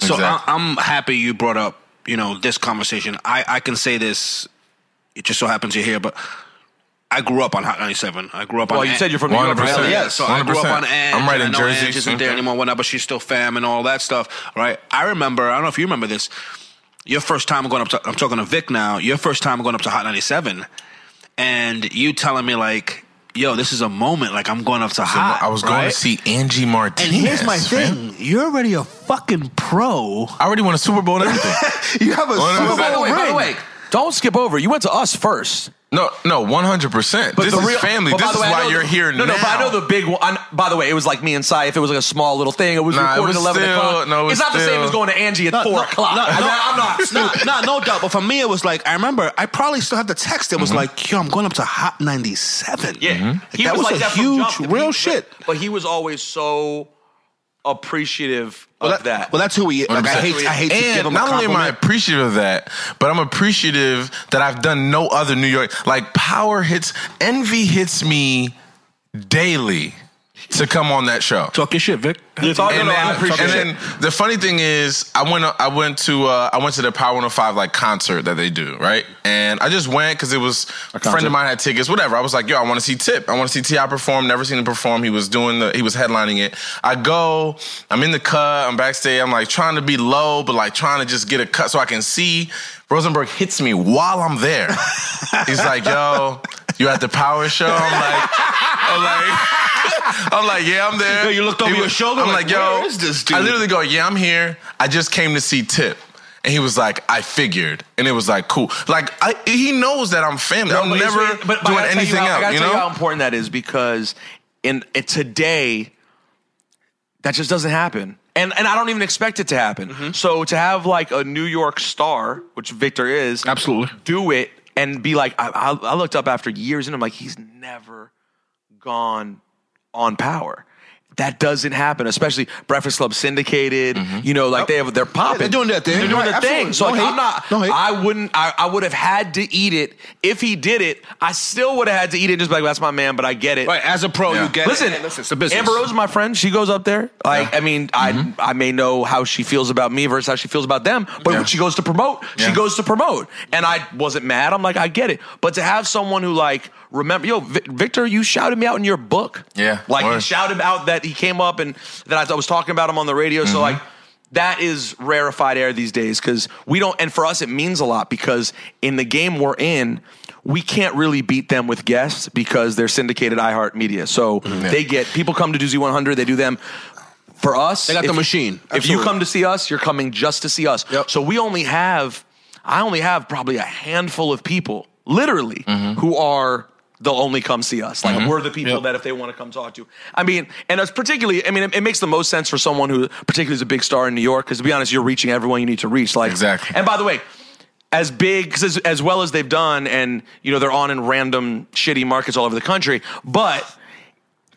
So Exactly. I, I'm happy you brought up, you know, this conversation. I, I can say this. It just so happens you're here, but I grew up on Hot 97. I grew up Well, on. you said you're from New York, 100%. right? Hell yeah, Yeah, so I grew up on 100%. Ange. I'm right and I in know Jersey. Ange isn't there Okay. anymore, whatnot, but she's still fam and all that stuff, right? I remember. I don't know if you remember this. Your first time going up to. I'm talking to Vic now. Your first time going up to Hot 97, and you telling me like, "Yo, this is a moment. Like I'm going up to Hot." I was going right? to see Angie And Martinez. here's my man. thing. You're already a fucking pro. I already won a Super Bowl and everything. You have a What Super I'm By the Bowl way, ring. by the way, don't skip over. You went to us first. No, no, one hundred percent. This is family. but by This the is way, I why know you're the- here no, now. No, but I know the big one. I- by the way, it was like me and Cy. If it was like a small little thing, it was Nah, it recorded was at 11 still- o'clock. no, it was it's not the same still- as going to Angie at 4 o'clock. No, no, I mean, I'm not not, not, no doubt. But for me, it was like I remember. I probably still had the text. Mm-hmm. It was like, yo, I'm going up to Hot 97. Yeah, He Mm-hmm. that was was, like a that from huge, jump. real shit. But he was always so appreciative of that. Well, that's who he. Like, I hate. I hate and to give him not a only am I compliment. appreciative of that, but I'm appreciative that I've done no other New York. Like power hits, envy hits me daily to come on that show. Talk your shit, Vic. You're talking and, about- then, I appreciate and it. then the funny thing is, I went I went to uh, I went to the Power 105 like concert that they do, right? And I just went because it was a friend concert? of mine had tickets, whatever. I was like, yo, I want to see Tip, I want to see Ti perform. Never seen him perform. He was doing the he was headlining it. I go, I'm in the cut, I'm backstage, I'm like trying to be low, but like trying to just get a cut so I can see. Rosenberg hits me while I'm there. He's like, yo, you at the Power Show? I'm like, I'm like, I'm like, yeah, I'm there. [LAUGHS] Yo, you looked over He your was- shoulder, I'm like, like, yo, where is this dude? I literally go, yeah, I'm here. I just came to see Tip. And he was like, I figured. And it was like, cool. Like, I, he knows that I'm family. No, I'm but it's never weird, but- but I doing gotta tell anything you how, I out, gotta you tell you how know? important that is because in, in today, that just doesn't happen. And, and I don't even expect it to happen. Mm-hmm. So to have like a New York star, which Victor is, absolutely do it and be like, I, I, I looked up after years and I'm like, he's never gone on power. That doesn't happen, especially Breakfast Club syndicated. You know, like they have they're popping. Mm-hmm. they're doing their thing. They're doing Right, their thing. absolutely. No So hate. like, I'm not. No hate. I wouldn't. I, I would have had to eat it if he did it. I still would have had to eat it. Just be like that's my man, but I get it. Right, as a pro, Yeah. you get it. listen, Hey, listen, it's a business. Mm-hmm. Amber Rose is my friend. She goes up there. Like, I mean, I I may know how she feels about me versus how she feels about them, but when she goes to promote, she Yeah. goes to promote. And I wasn't mad. I'm like, I get it. But to have someone who like remember, yo, Vic- Victor, you shouted me out in your book. Yeah. Like you word. shouted out that he came up and that I, I was talking about him on the radio. So like that is rarefied air these days because we don't. And for us, it means a lot because in the game we're in, we can't really beat them with guests because they're syndicated iHeartMedia. So Mm-hmm. they get people come to Doozy 100, they do them. For us, They got the if- machine. If you Absolutely. come to see us, you're coming just to see us. So we only have, I only have probably a handful of people, literally, Mm-hmm. who are they'll only come see us. Like we're the people that if they want to come talk to. I mean, and it's particularly, I mean, it, it makes the most sense for someone who particularly is a big star in New York, because to be honest, you're reaching everyone you need to reach. Like exactly. And by the way, as big 'cause as, as well as they've done, and you know they're on in random shitty markets all over the country, but.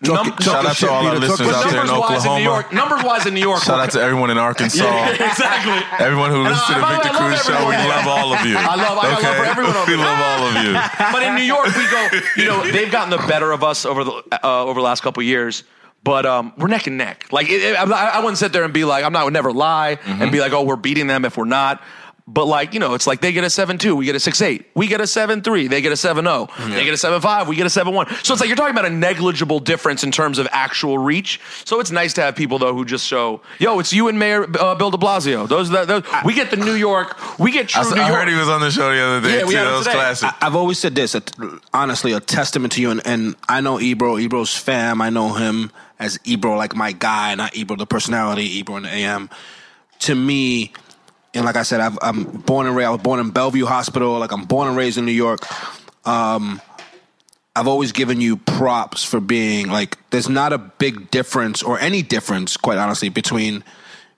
Talk- num- shout out to all our But listeners out there in numbers-wise New Oklahoma. York, numbers wise [LAUGHS] in New York, Shout out to everyone in Arkansas. [LAUGHS] Yeah, exactly. Everyone who listens to the I- I Victor love Cruz show, we everyone. love all of you. [LAUGHS] I love- I got love for everyone over [LAUGHS] We there. love all of [LAUGHS] you. but in New York, we go. You know, they've gotten the better of us over the uh, over the last couple years. But um, we're neck and neck. Like it, it- I, I wouldn't sit there and be like, I'm not I would never lie and be like, oh, we're beating them if we're not. But like you know, it's like they get a seven two, we get a six eight, we get a seven three, they get a seven zero, they get a seven five, we get a seven one. So it's like you're talking about a negligible difference in terms of actual reach. So it's nice to have people though who just show, yo, it's you and Mayor uh, Bill De Blasio. Those, are the those we get the New York, we get I, true s- New I York. heard he was on the show the other day, too. That was classic. I, have always said this, a t- honestly, a testament to you. And, and I know Ebro, Ebro's fam. I know him as Ebro, like my guy, not Ebro the personality, Ebro in the AM. To me, and like I said, I've, I'm born and raised. I was born in Bellevue Hospital. Like I'm born and raised in New York. Um, I've always given you props for being like. There's not a big difference or any difference, quite honestly, between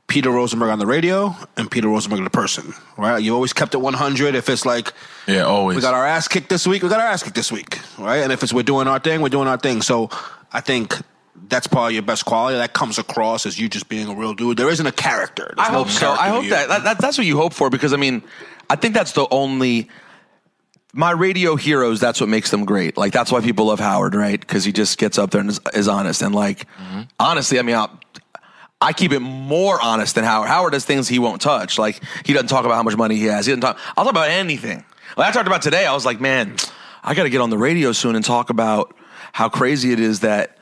Peter Rosenberg on the radio and Peter Rosenberg the person. Right? You always kept it 100. If it's like Yeah, always. we got our ass kicked this week. We got our ass kicked this week, right? And if it's we're doing our thing, we're doing our thing. So I think that's probably your best quality that comes across as you just being a real dude. There isn't a character. There's I no hope so. character I to hope you. that, that, that that's what you hope for because I mean, I think that's the only my radio heroes. That's what makes them great. Like that's why people love Howard, right? Because he just gets up there and is, is honest. And like Mm-hmm. honestly, I mean, I, I keep it more honest than Howard. Howard does things he won't touch. Like he doesn't talk about how much money he has. He doesn't talk. I'll talk about anything. Like I talked about today. I was like, man, I got to get on the radio soon and talk about how crazy it is that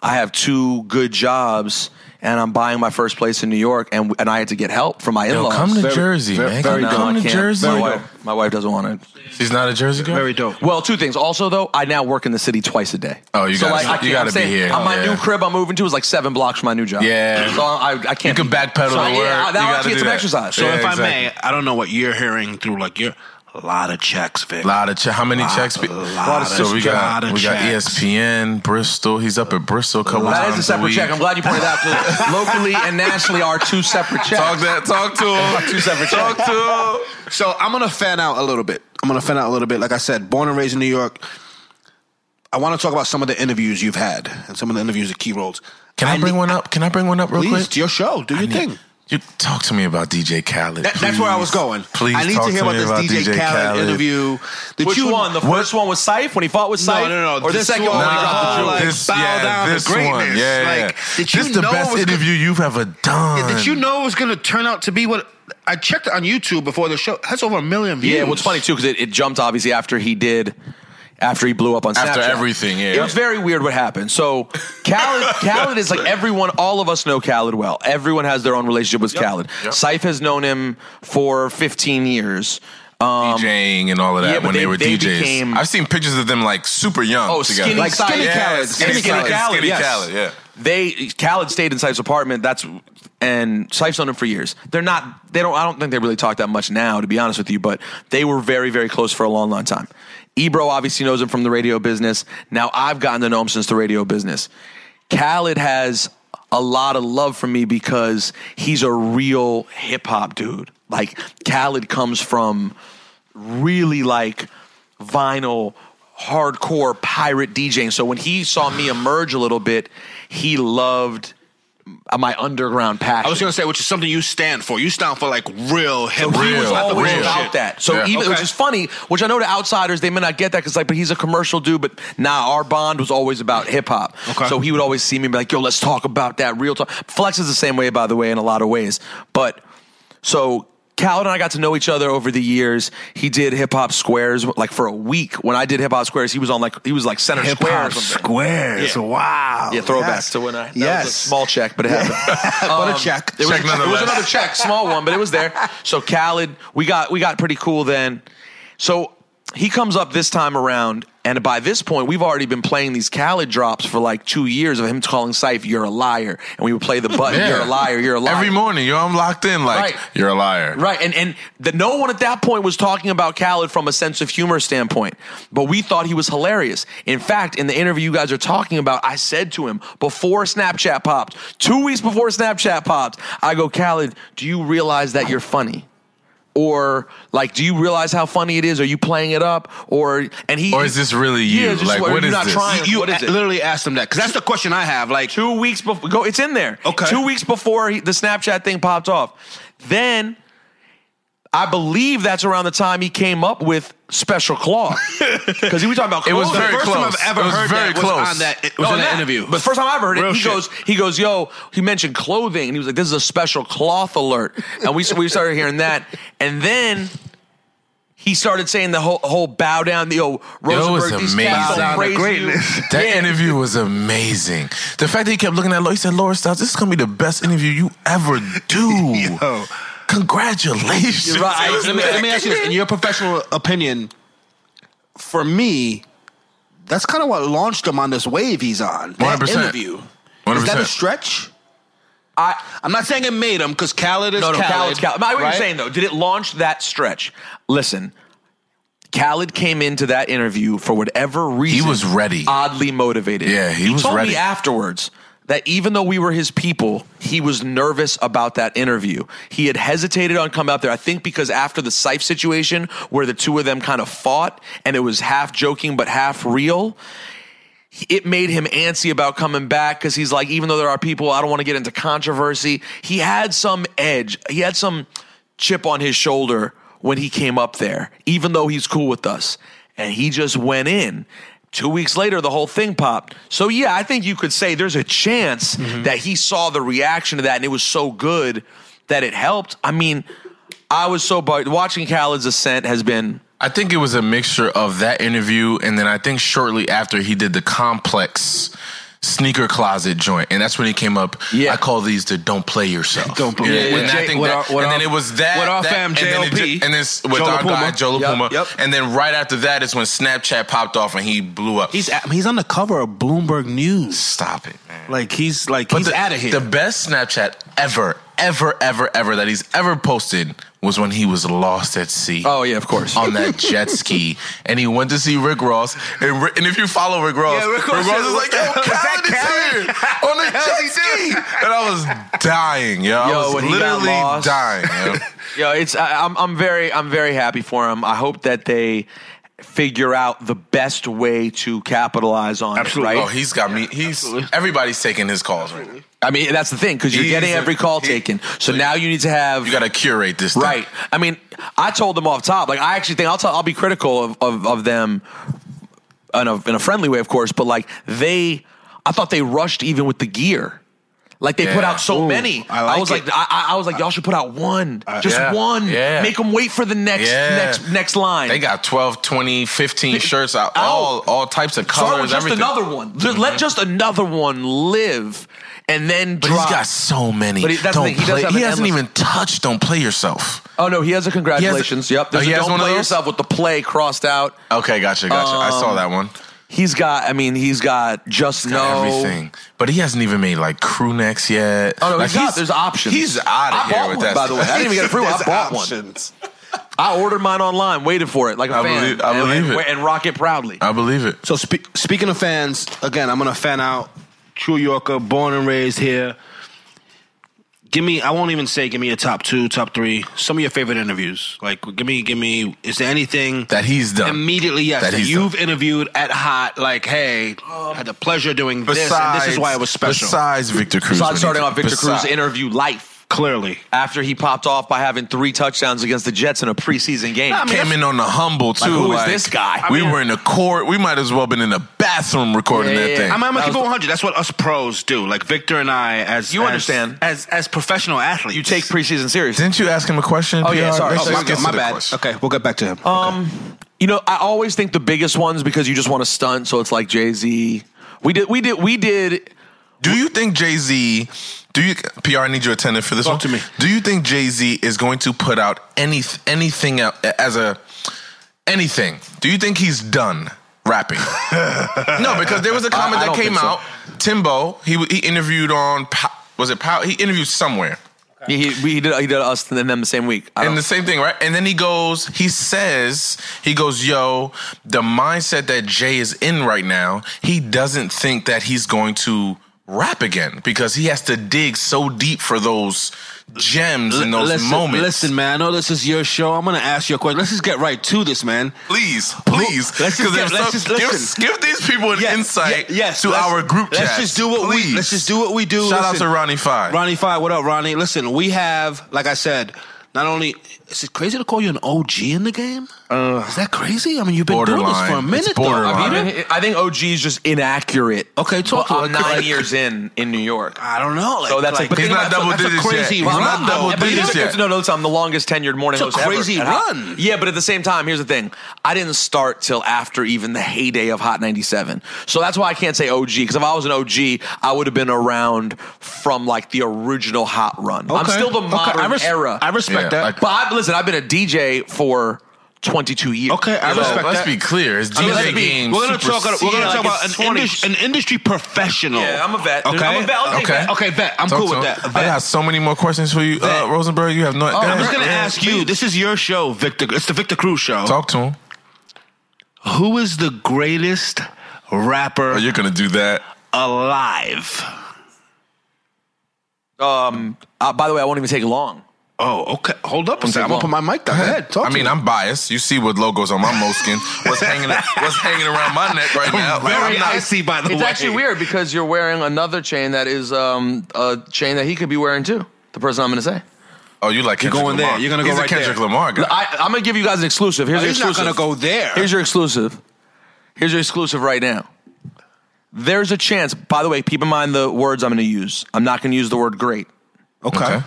I have two good jobs and I'm buying my first place in New York and and I had to get help from my Yo, in-laws. come to Very- Jersey, very- man. very I know, dope. I Come to can't. Jersey. My Very wife, my wife doesn't want it. She's not a Jersey girl? Very dope. Well, two things. Also, though, I now work in the city twice a day. Oh, you so gotta- like, I you can't- gotta I'm be saying, here. On my Yeah. new crib I'm moving to is like seven blocks from my new job. Yeah. so I, I can't. You can be- backpedal to so, work. Yeah, You now I gotta actually get do some that. exercise. So if I may, I don't know what you're hearing through like your A lot of checks, Vic. A lot of checks. How many Lot- checks? a lot of so we got checks. we got E ESPN, Bristol. He's up at Bristol a couple That times is a separate week. check. I'm glad you pointed that [LAUGHS] out. 'cause locally and nationally are two separate checks. Talk that. Talk to him. two separate checks. So I'm gonna fan out a little bit. I'm gonna fan out a little bit. Like I said, born and raised in New York. I want to talk about some of the interviews you've had and some of the interviews at Key Roles. Can I, bring one up? Can I bring one up real Please, quick? it's your show. Do your thing. You talk to me about DJ Khaled. That- that's where I was please. going. Please, I need talk to hear me about this DJ Khaled interview. Did Which you- one? The What- first one was Sife when he fought with No, Sife? no, no, Or the this second one- uh, one when he dropped the No, jewel? like, this, bow yeah, down to this One. greatness. Yeah, Like, yeah. did this you the know it best was interview you've ever done. Yeah, did you know it was going to turn out to be what I checked on YouTube before the show? It Has over a million views. Yeah, well, it's funny too because it, it jumped obviously after he did, after he blew up on After Snapchat. everything, yeah. It was very weird what happened. So [LAUGHS] Khaled, Khaled is like everyone. All of us know Khaled well. Everyone has their own relationship with Khaled. yep. Saif has known him for 15 years. Um, DJing and all of that Yeah, but when they, they- were they DJs? became- I've seen pictures of them like super young. Oh, together. skinny, like skinny yeah, Khaled, skinny, Khaled, skinny yes. Khaled, yeah. They Khaled stayed in Sife's apartment. That's and Sife's known him for years. They're not. They don't. I don't think they really talk that much now, to be honest with you. But they were very, very close for a long, long time. Ebro obviously knows him from the radio business. Now I've gotten to know him since the radio business. Khaled has a lot of love for me because he's a real hip hop dude. Like Khaled comes from really like vinyl hardcore pirate DJing. So when he saw me emerge a little bit, he loved my underground passion. I was going to say, which is something you stand for. You stand for like real hip hop. He was always about that. So even okay. which is funny, which I know to outsiders they may not get that because like, but he's a commercial dude. But nah, our bond was always about hip hop. Okay. So he would always see me and be like, "Yo, let's talk about that real talk." Flex is the same way, by the way, in a lot of ways. But so. Cal and I got to know each other over the years. He did hip hop squares like for a week. When I did hip hop squares, he was on like he was like center Hip square or hop something. squares. Yeah. Wow. Yeah, throwback Yes. to when I. That was a Yes. small check, but it happened. [LAUGHS] But a check. There was, Check a- there was nonetheless. another check, small one, but it was there. So Khaled, we got we got pretty cool then. So he comes up this time around, and by this point, we've already been playing these Khaled drops for like two years of him calling Syfe, "You're a liar," and we would play the button, Yeah. "You're a liar, you're a liar." Every morning, yo, I'm locked in. Like Right. you're a liar. Right, and and the, no one at that point was talking about Khaled from a sense of humor standpoint, but we thought he was hilarious. In fact, in the interview you guys are talking about, I said to him before Snapchat popped, two weeks before Snapchat popped, I go, Khaled, do you realize that you're funny? Or like, do you realize how funny it is? Are you playing it up? Or and he Or is this really you? Yeah, just Like, what, what you're is not this? trying. You what is it? literally asked him that because that's the question I have. Like, two weeks before go it's in there Okay. two weeks before he, the snapchat thing popped off then i believe that's around the time he came up with special claw because he was talking about It was clothing. very the first close. time I've ever It was heard very that close. was on that. It was e- No, in that- an interview. But the first time I ever heard Real it, he shit. goes, he goes, yo, he mentioned clothing, and he was like, this is a special cloth alert, and we we started hearing that, and then. He started saying the whole whole bow down, the yo Rosenberg, these amazing. cats Bow down don't to praise you." greatness. [LAUGHS] That Yeah. interview was amazing. The fact that he kept looking at Laura, he said, Laura Styles, this is gonna be the best interview you ever do. [LAUGHS] Yo. Congratulations. [LAUGHS] You're right. It was let, me, let me ask you this: in your professional opinion, for me, that's kind of what launched him on this wave he's on. That 100%. interview is that a 100%. stretch? I, I'm not saying it made him because Khaled is no, no, Khaled. Khaled's Khaled. I what you're right? saying though. Did it launch that stretch? Listen, Khaled came into that interview for whatever reason. was ready. Oddly motivated. Yeah, he was told ready. me afterwards that even though we were his people, he was nervous about that interview. He had hesitated on coming out there. I think because after the Sife situation, where the two of them kind of fought, and it was half joking but half real it made him antsy about coming back because he's like, even though there are people, I don't want to get into controversy. He had some edge, he had some chip on his shoulder when he came up there, even though he's cool with us. And he just went in. Two weeks later, the whole thing popped. So, yeah, I think you could say there's a chance that he saw the reaction to that and it was so good that it helped. I mean, I was so bugged. Watching Khaled's ascent has been. I think it was a mixture of that interview, and then I think shortly after he did the complex sneaker closet joint, and that's when he came up. Yeah. I call these the "Don't Play Yourself." [LAUGHS] Don't play Yeah, And, yourself. Yeah, I yeah. think With that- our- with and our- then it was that with our that, fam and then it JLP, ju- and this with Joe our guy LaPuma. Joe Yep, LaPuma, yep. and then right after that is when Snapchat popped off and he blew up. He's at, he's on the cover of Bloomberg News. Stop it, man. Like he's like he's the, out of here. The best Snapchat ever, ever, ever, ever that he's ever posted was when he was lost at sea. Oh yeah, of course. On [LAUGHS] that jet ski, and he went to see Rick Ross. And, Rick, and if you follow Rick Ross, Yeah, Rick Rick Ross, Ross is said, like, "Yo, "What the- Khaled is that is [LAUGHS] Khaled? here on the How's he jet ski," and I was dying, yo. I was when he got literally lost. dying. [LAUGHS] Yo. Yo, it's I, I'm I'm very I'm very happy for him. I hope that they figure out the best way to capitalize on it. Right? Oh, he's got me. He's everybody's taking his calls right now. I mean, that's the thing because you're He's getting a- every call taken. So now you need to have You got to curate this. Thing. right. I mean, I told them off top. Like I actually think I'll tell, I'll be critical of of, of them in a, in a friendly way, of course. But like they, I thought they rushed even with the gear. Like they put Yeah. out so Ooh, many. I I, like was it. like, I, I- I was like, y'all should put out one, Uh, just yeah. one. Yeah. Make them wait for the next Yeah. next next line. They got 12, 20, 15 [LAUGHS] shirts out, all all types of Start colors. with Oh. just everything. Mm-hmm. another one. Just Let just another one live, and then. But drop. he's got so many. But he- that's the don't thing, he does play. have he an hasn't endless- even touched. Don't play yourself. Oh no, he has a congratulations. yep, Oh, there's he a has don't one of play those? yourself with the play crossed out. Okay, gotcha, gotcha. I saw Um, that one. He's got. I mean, he's got just He's no got everything. But he hasn't even made like crew necks yet. Oh no, Like, he's got. There's options. He's out I of here bought with one, that. By the way, I didn't even get [LAUGHS] a free one. I There's bought options. one. I ordered mine online, waited for it like a I fan. believe- I and- believe and, it. and rock it proudly. I believe it. So spe- speaking of fans, again, I'm gonna fan out. True Yorker, born and raised here. Give me. I won't even say. Give me a top two, top three. Some of your favorite interviews. Like, give me, give me. Is there anything That he's done. immediately? Yes, That that, he's you've interviewed at Hot. Like, hey, I had the pleasure of doing this, and this is why it was special. Besides Victor Cruz, Besides when starting he- off Victor besides- Cruz interview life clearly after he popped off by having three touchdowns against the Jets in a preseason game. I mean, came in on the humble too. Like, who is this guy? we I mean- were in the court. We might as well been in the bathroom recording Yeah, that yeah, thing. yeah. I'm, I'm gonna That keep was it the- 100. That's what us pros do. Like Victor and I, as You as- understand. as as professional athletes, you take preseason serious. Didn't you ask him a question? Oh, yeah, PR? sorry. Let's Oh, just my, get to my the bad. question. Okay, we'll get back to him. Um, you know, I always think the biggest ones because you just want to stunt. So it's like Jay Z. We did, we did, we did. Do you think Jay Z? Do you PR? I need you attendant for this Talk one. to me. Do you think Jay Z is going to put out any anything out as a anything? Do you think he's done [LAUGHS] rapping? no, because there was a comment I- that I don't came think so. out. Timbo, he he interviewed on Pow- was it Pow? He interviewed somewhere. He, he, he did, he did us and them the same week. I And don't- the same thing, right? And then he goes, he says, he goes, yo, the mindset that Jay is in right now, he doesn't think that he's going to rap again because he has to dig so deep for those gems in those listen, moments. Listen, man, I know this is your show. I'm gonna ask you a question. Let's just get right to this, man. Please, please, Let's just because get- if let's some- just give- listen. Give, these people an Yeah, insight yeah, yes, to let's- our group chat. Let's just do what please. we let's just do what we do. Shout out Listen, to Ronnie Five. Ronnie Five, what up, Ronnie? Listen, we have, like I said, not only is it crazy to call you an OG in the game? is that crazy? I mean, you've been doing this borderline. for a It's minute, though. borderline. I mean, I, mean, I think OG is just inaccurate. Okay, talk Well, to I'm him. nine Like- years in in New York. I don't know. Like, So that's like- but He's think not that's a- double that's a digits yet. crazy He's run, not though. double Yeah, but you digits look at yet. the- No, no, it's- I'm the longest tenured morning It's a host ever. crazy at Hot- run. Yeah, but at the same time, here's the thing: I didn't start till after even the heyday of Hot 97, so that's why I can't say OG. Because if I was an OG, I would have been around from like the original Hot run. I'm Okay. still the Okay, modern I res- era. I respect Yeah, that. like- but I, listen, I've been a DJ for 22 years. Okay, I So, respect let's that. be clear. It's I mean, DJ let's be- game. We're gonna talk. About, we're gonna supersede, talk like, about an, it's 20. indus- an industry professional. Yeah, I'm a vet. Okay, I'm a vet. I'll take Okay, that. okay, vet. I'm cool with that. A I vet. got so many more questions for you, uh, Bet. Rosenberg. You have no. Oh, I'm just gonna Yeah, ask you. This is your show, Victor. It's the Victor Cruz show. Talk to him. Who is the greatest Oh, rapper you're gonna do that. alive? Um, uh, by the way, I won't even take long. Oh, okay. Hold up a second. I'm gonna put long. my mic down. Go ahead. Talk I to mean, me. I'm biased. You see what logos on my moleskin, what's hanging, what's hanging around my neck right now. Like, very I'm not- icy, by the It's way. actually weird because you're wearing another chain that is um, a chain that he could be wearing too. The person I'm going to say. Oh, you like You're Kendrick going there. Lamar. You're gonna go He's a right Kendrick there. Lamar guy. I, I'm going to give you guys an exclusive. Here's your Oh, He's not exclusive. gonna go there. Here's your exclusive. Here's your exclusive right now. There's a chance. By the way, keep in mind the words I'm going to use. I'm not going to use the word great. okay.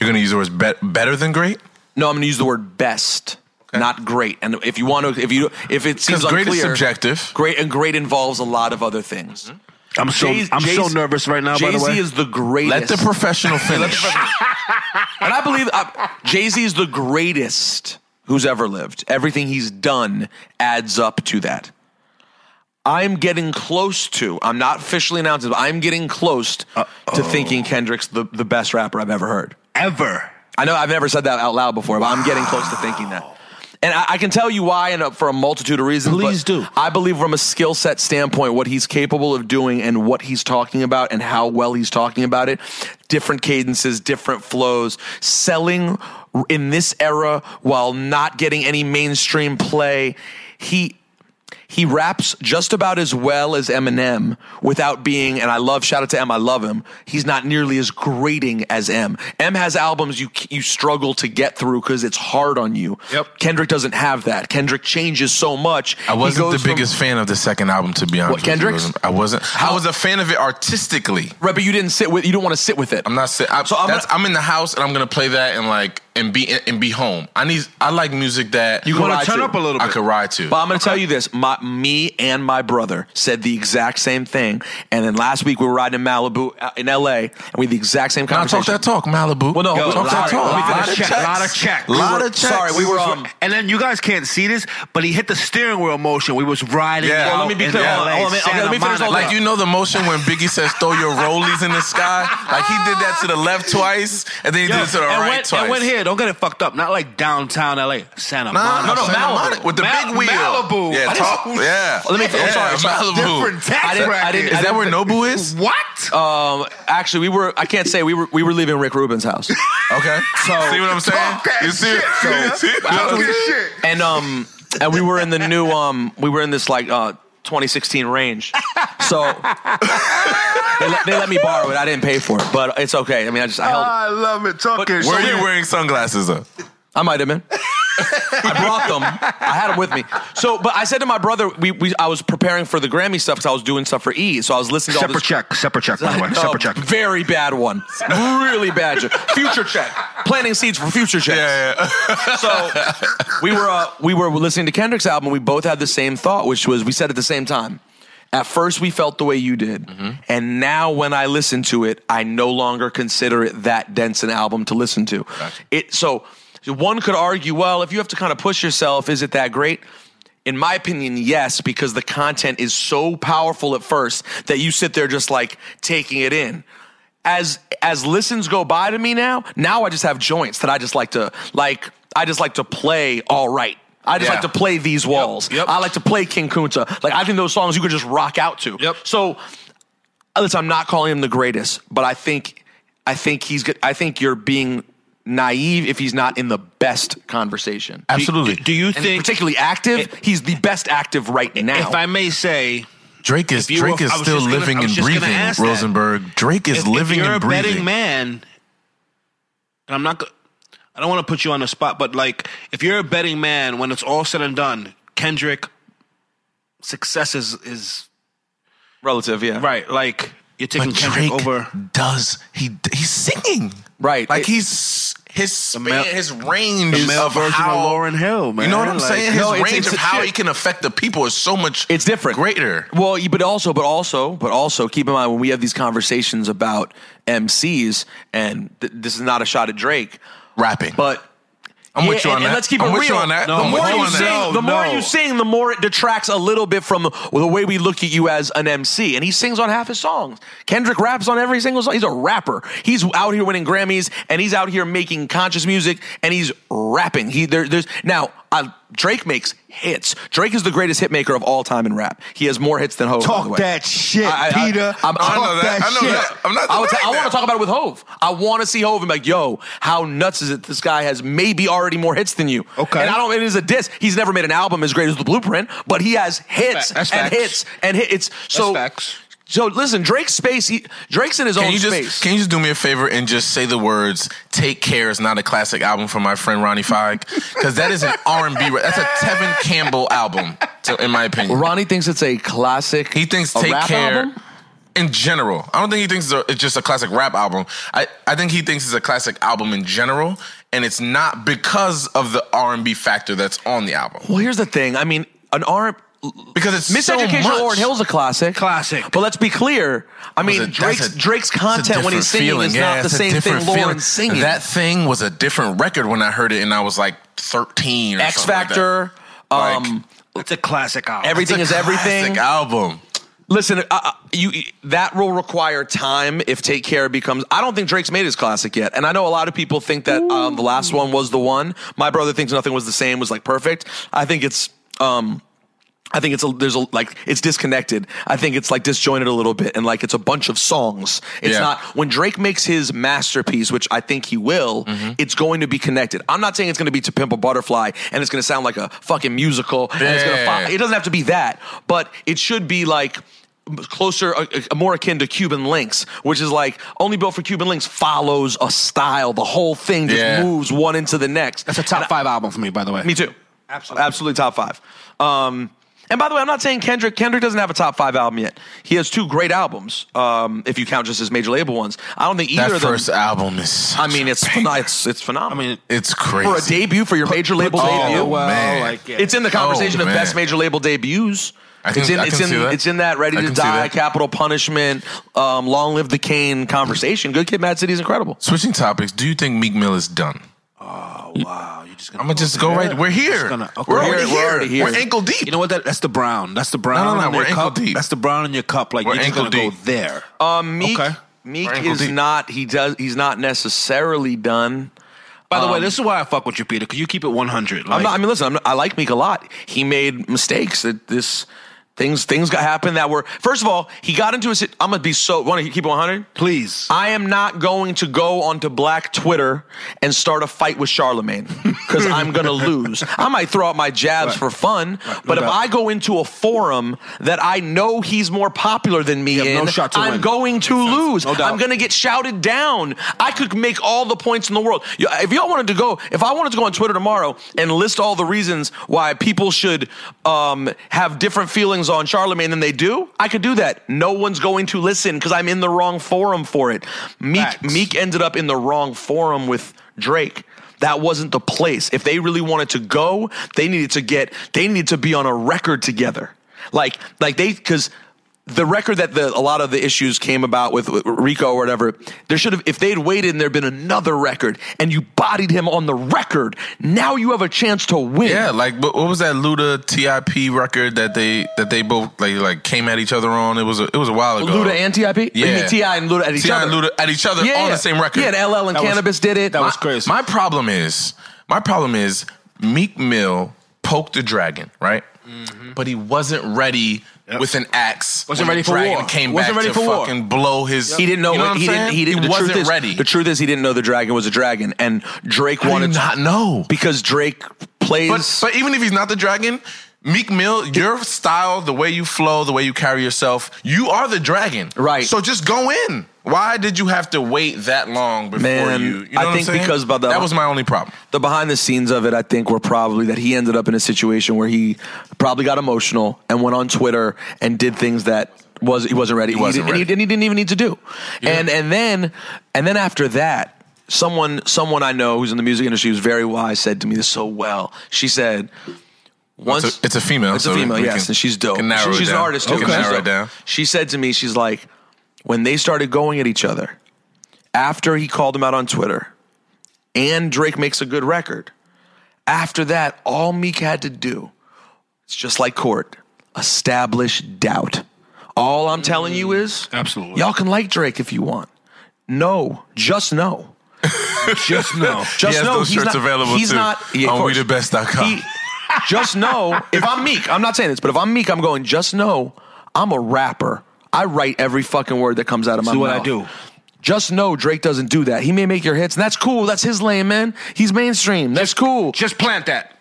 You're gonna use the words bet better than great No, I'm going to use the word best, not great. And if you want to, if you, if it seems because great is unclear, subjective. Great and great involves a lot of other things. Mm-hmm. I'm so Jay- I'm so Jay-Z- nervous right now. by the Jay-Z way, is the Let greatest. the [LAUGHS] professional finish. and I believe Jay Z is the greatest who's ever lived. Everything he's done adds up to that. I'm getting close to. I'm not officially announced, but I'm getting close to thinking Kendrick's the, the best rapper I've ever heard. ever. I know I've never said that out loud before, but I'm getting close to thinking that. And I, I can tell you why, and uh, for a multitude of reasons. Please do. I believe from a skill set standpoint, what he's capable of doing and what he's talking about and how well he's talking about it, different cadences, different flows, selling in this era while not getting any mainstream play. He he raps just about as well as Eminem without being, and I love, shout out to M, I love him. He's not nearly as grating as M. M has albums you, you struggle to get through because it's hard on you. Yep. Kendrick doesn't have that. Kendrick changes so much. I He wasn't goes the from- biggest fan of the second album, to be honest. with you. Kendrick's? I wasn't. I was a fan of it artistically. Right, but you didn't sit with. You don't want to sit with it. I'm not sitting. So I'm I'm, that's, I'm in the house and I'm gonna play that and like and be and be home. I need. I like music that You can wanna ride to. I could ride to. But I'm going to tell you this: my, me and my brother said the exact same thing. And then last week we were riding in Malibu, uh, in LA, and we had the exact same Now talk conversation. that talk, Malibu. Well, no, Yo, hold on. talk that Sorry, talk. let me Lot finish. of check, checks. lot of check, We were- sorry, we were, um, and then you guys can't see this, but he hit the steering wheel motion. We was riding. Yeah. out Well, let me be in clear. LA, Hold on, hold on, Santa okay, let me finish all Monica. that. Like you know the motion when Biggie says throw your rollies in the sky. Like he did that to the left twice, and then he Yo, did it to the and right went, twice. And went here. Don't get it fucked up. Not like downtown LA, Santa Nah, Monica. no, no, Santa Malibu. Monica. With the Ma- big wheel. Malibu. Yeah, I top- just- yeah. Let me. I'm Yeah, sorry, sorry. Malibu. Different tax I didn't- I bracket. didn't- I Is that didn't where think- Nobu is? What? Um, actually, we were. I can't say we were. We were leaving Rick Rubin's house. Okay. So- [LAUGHS] see what I'm saying? you see? see? and um, and we were in the new um, we were in this like uh 2016 range. So they, let, they let me borrow it. I didn't pay for it, but it's okay. I mean, I just I held. it. I love it. Talk your Were shit. you wearing sunglasses though? I might have been. I brought them. I had them with me. So, but I said to my brother, we, we I was preparing for the Grammy stuff because I was doing stuff for E. So I was listening to all Separate this check. Separate check, by the way. [LAUGHS] Uh, Separate check. Very bad one. Really bad. check. Future check. Planting seeds for future checks. Yeah, so we were uh, we were listening to Kendrick's album. We both had the same thought, which was we said at the same time. At first, we felt the way you did, and now when I listen to it, I no longer consider it that dense an album to listen to. It so one could argue, well, if you have to kind of push yourself, is it that great? In my opinion, yes, because the content is so powerful at first that you sit there just like taking it in. As as listens go by to me now, now I just have joints that I just like to like I just like to play all right. I just Yeah. like to play these walls. I like to play King Kunta. Like I think those songs you could just rock out to. Yep. So uh, listen, I'm not calling him the greatest, but I think I think he's good. I think you're being naive if he's not in the best conversation. Absolutely. Do you And think particularly active? he's the best active right now. If I may say, Drake is If you Drake were- is I was still just gonna- living I was and just gonna breathing. ask that. Rosenberg. Drake is if, living if you're and a breathing. betting man, and I'm not, go- I don't want to put you on the spot, but like, if you're a betting man, when it's all said and done, Kendrick success is is Relative, yeah. right. Like you're taking But Kendrick Drake over. does he? He's singing. Right. Like It- he's his span, male- his range the male of version of how Lauren Hill, man. You know what I'm Like- saying? His No, it's- range it's of a how shit. he can affect the people is so much. it's different. Greater. Well, you- but also, but also, but also, keep in mind when we have these conversations about MCs, and th- this is not a shot at Drake, Rapping. but I'm with you and, on and that. let's keep I'm it with you real. on that. No, the I'm more with you you on that. sing, No, the more no. you sing, the more it detracts a little bit from the, the way we look at you as an MC. And he sings on half his songs. Kendrick raps on every single song. He's a rapper. He's out here winning Grammys, and he's out here making conscious music, and he's rapping. He there, there's now. Uh, Drake makes hits. Drake is the greatest hit maker of all time in rap. He has more hits than Hov. by the way. shit, I- I- I'm- I know that. I know that. I'm not I, would ta- denying I want to that. talk about it with Hove. I want to see Hove and be like, yo, how nuts is it? This guy has maybe already more hits than you. Okay. And I don't. It is a diss. He's never made an album as great as The Blueprint, but he has hits That's and facts. hits and hits. It's so. facts. So listen, Drake's space. He, Drake's in his Can own you just space. can you just do me a favor and just say the words "Take Care" is not a classic album from my friend Ronnie Fogg because that is an R and B. That's a Tevin Campbell album, to, in my opinion. Ronnie thinks it's a classic. He thinks a Take rap Care album? in general. I don't think he thinks it's, a- it's just a classic rap album. I, I think he thinks it's a classic album in general, and it's not because of the R and B factor that's on the album. Well, here's the thing. I mean, an R. Because it's so Miseducation much. of Lauryn Hill's a classic. Classic. But let's be clear. I was mean, a- that's Drake's a- Drake's that's a content when he's different singing is feeling. not Yeah, the it's a same thing different feeling. Lauren's singing. That thing was a different record when I heard it, and I was like 13 or X something like that. Factor. Like, um, It's a classic album. Everything it's is a everything. classic album. Listen, uh, uh, you that will require time if Take Care becomes. I don't think Drake's made his classic yet, and I know a lot of people think that um, the last one was the one. My brother thinks nothing was the same was like perfect. I think it's. Um, I think it's a, there's a, like it's disconnected. I think it's like disjointed a little bit, and like it's a bunch of songs. It's Yeah. not when Drake makes his masterpiece, which I think he will. Mm-hmm. It's going to be connected. I'm not saying it's going to be to Pimp a Butterfly, and it's going to sound like a fucking musical. And it's gonna Yeah. fi- it doesn't have to be that, but it should be like closer, uh, uh, more akin to Cuban Links, which is like only built for Cuban Links follows a style. The whole thing just Yeah. moves one into the next. That's a top five album for me, by the way. Me too. Absolutely. Absolutely top five. Um, and by the way, I'm not saying Kendrick. Kendrick doesn't have a top five album yet. He has two great albums, um, if you count just his major label ones. I don't think either That of them. first album is. I mean, it's, phen- it's it's phenomenal. I mean, it's crazy for a debut for your major label put together debut. uh, well, Man. Oh, like, yeah. It's in the conversation Oh, of man. best major label debuts. I can- it's in, I it's can in, see that. it's in that ready I to can see die, that. capital punishment, um, long live the Kane conversation. Good Kid, Mad City is incredible. Switching topics, do you think Meek Mill is done? Oh, I'm gonna just go right. We're here. Okay, we're, already here. We're We're ankle deep. You know what? That, that's the brown. That's the brown. No, no, no, in we're your ankle cup. deep. That's the brown in your cup. Like We're you're just ankle gonna go deep. there. Um, Meek, Okay. Meek Frank is Deep. not. He does. He's not necessarily done. By the way, Um, this is why I fuck with you, Peter. Cause you keep it 100. Like, I'm not, I mean, listen. I'm not, I like Meek a lot. He made mistakes. That this things things got happened that were. First of all, he got into a. sit- I'm gonna be so. Want to keep it 100? Please. I am not going to go onto Black Twitter and start a fight with Charlemagne because [LAUGHS] I'm gonna lose. I might throw out my jabs for fun, but if I go into a forum that I know he's more popular than me in, no shot to I'm win. going to lose. No doubt. I'm gonna get shouted down. I could make all the points in the world. Y- If y'all wanted to go, if I wanted to go on Twitter tomorrow and list all the reasons why people should um, have different feelings on Charlemagne than they do, I could do that. No one's going to listen because I'm in the wrong forum for it. Meek Meek ended up in the wrong forum with Drake. That wasn't the place. If they really wanted to go, they needed to get they needed to be on a record together. Like like they because the record that the, a lot of the issues came about with, with Rico or whatever, there should have, if they'd waited and there'd been another record and you bodied him on the record, now you have a chance to win. Yeah, like what what was that Luda TIP record that they that they both like like came at each other on? It was a, it was a while ago. Luda and TIP? You yeah, mean T.I. and Luda at each T.I. other? and Luda at each other Yeah, on yeah. the same record. Yeah, and LL and That was- Cannabis did it. That My- was crazy. My problem is my problem is Meek Mill poked the dragon right, but he wasn't ready. With an axe, Wasn't when ready the for dragon war. Came Wasn't back ready to for war. fucking blow his. He didn't know, You know it. what I'm he saying? didn't. He didn't. He the wasn't truth is, ready. The truth is, he didn't know the dragon was a dragon, and Drake wanted did not know because Drake plays. But, but even if he's not the dragon, Meek Mill, your style, the way you flow, the way you carry yourself, you are the dragon. Right. So just go in. Why did you have to wait that long before Man, you? you know what I I'm think saying? because by the that was my only problem. The behind the scenes of it, I think, were probably that he ended up in a situation where he probably got emotional and went on Twitter and did things that was he wasn't ready. He wasn't did- and ready. And, he, didn't even need to do. And and then and then after that, someone someone I know who's in the music industry who's very wise said to me this so well. She said. Once it's, a, it's a female. It's so a female, we yes, can- and she's dope. can narrow She- it she's an down. artist too. We Can She's narrow dope. it down. She said to me, she's like, when they started going at each other, after he called him out on Twitter, and Drake makes a good record. After that, all Meek had to do, it's just like court, establish doubt. All I'm telling you is, Mm, absolutely, y'all can like Drake if you want. No, [LAUGHS] just no. just know. Just he has know those he's shirts not- available he's too not- yeah, of on course. WeTheBest.com. He- just know if I'm meek, I'm not saying this, but if I'm meek, I'm going, just know I'm a rapper. I write every fucking word that comes out of my See what mouth. I do. Just know Drake doesn't do that. He may make your hits, and that's cool. That's his lane, man. He's mainstream. That's cool. Just plant that.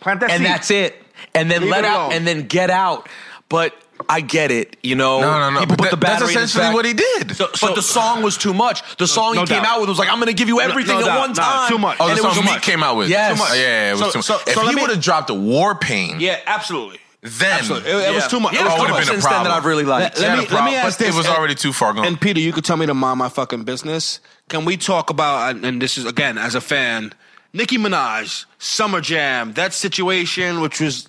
Plant that and seed. that's it. And then Leave let it out alone. and then get out. But I get it, you know. No, no, no, He but put the that- that's battery in his essentially back. what he did. So, but the song was too much. The song he no came doubt. out with was like, "I'm going to give you No- everything no at doubt, one nah, time." too much. Oh, the And it song was too Meek much. came out with. Yes. Too much. Yeah, yeah, it was So- too much. so- if so let he me- would have dropped War Pain, Yeah, absolutely. then Absolutely. It, it was Yeah. too much. Oh, Yeah, It was it's too come much. up since then that I've really liked. Let, let Yeah, me, the let problem. me ask But it this. was and- already too far gone. And Peter, you could tell me to mind my fucking business. Can we talk about, and- and this is, again, as a fan, Nicki Minaj, Summer Jam, that situation, which was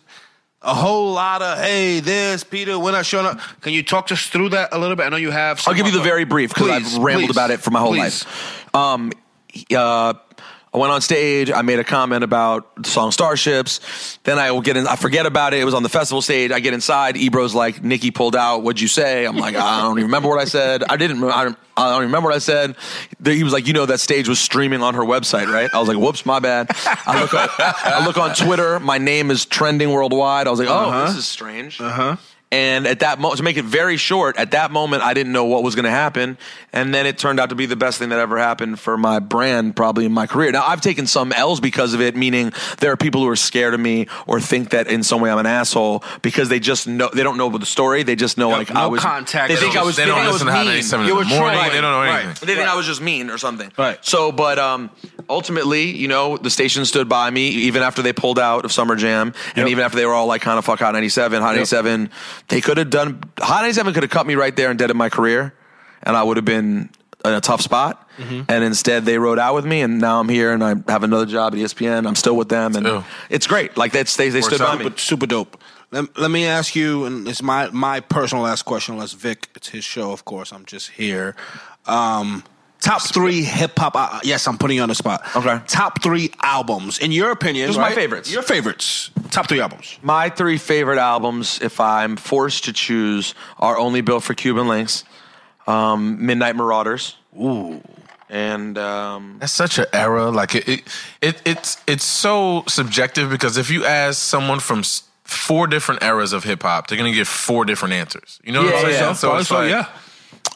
a whole lot of, hey, this, Peter, we're not showing up. Can you talk us through that a little bit? I know you have. I'll give you the very brief because I've rambled about it for my whole life. Um, he- uh, I went on stage. I made a comment about the song Starships. Then I will get in. I forget about it. It was on the festival stage. I get inside. Ebro's like, Nikki pulled out. What'd you say? I'm like, I don't even remember what I said. I didn't. I don't, I don't even remember what I said. He was like, you know, that stage was streaming on her website, right? I was like, whoops, my bad. I look on, I look on Twitter. My name is trending worldwide. I was like, oh, Uh-huh. this is strange. Uh huh. And at that moment, to make it very short, at that moment, I didn't know what was going to happen. And then it turned out to be the best thing that ever happened for my brand, probably in my career. Now, I've taken some L's because of it, meaning there are people who are scared of me or think that in some way I'm an asshole because they just know, they don't know the story. They just know, like, no I was. context. They, They think don't- I was, they don't think I was listen to how they mean. seven in the morning. They don't know Right. anything. They think I was just mean or something. Right. So, but um, ultimately, you know, the station stood by me even after they pulled out of Summer Jam, and even after they were all like, kind of fuck Hot 97, Hot 97. They could have done Hot 97 could have cut me right there and dead in my career, and I would have been in a tough spot. And instead, they rode out with me, and now I'm here, and I have another job at E ESPN. I'm still with them, and it's great. Like that's they, they Works stood by out. me. Super, super dope. Let, let me ask you, and it's my my personal last question. Unless Vic, it's his show, of course. I'm just here. Um, top three hip hop. Uh, yes, I'm putting you on the spot. Okay. Top three albums, in your opinion. Just my right? favorites. Your favorites. Top three albums. My three favorite albums, if I'm forced to choose, are Only Built for Cuban Links, um, Midnight Marauders. Ooh. And um, That's such an era. Like it, it, it, it's it's so subjective because if you ask someone from s- four different eras of hip hop, they're gonna get four different answers. You know what I'm saying? So, it's like, yeah.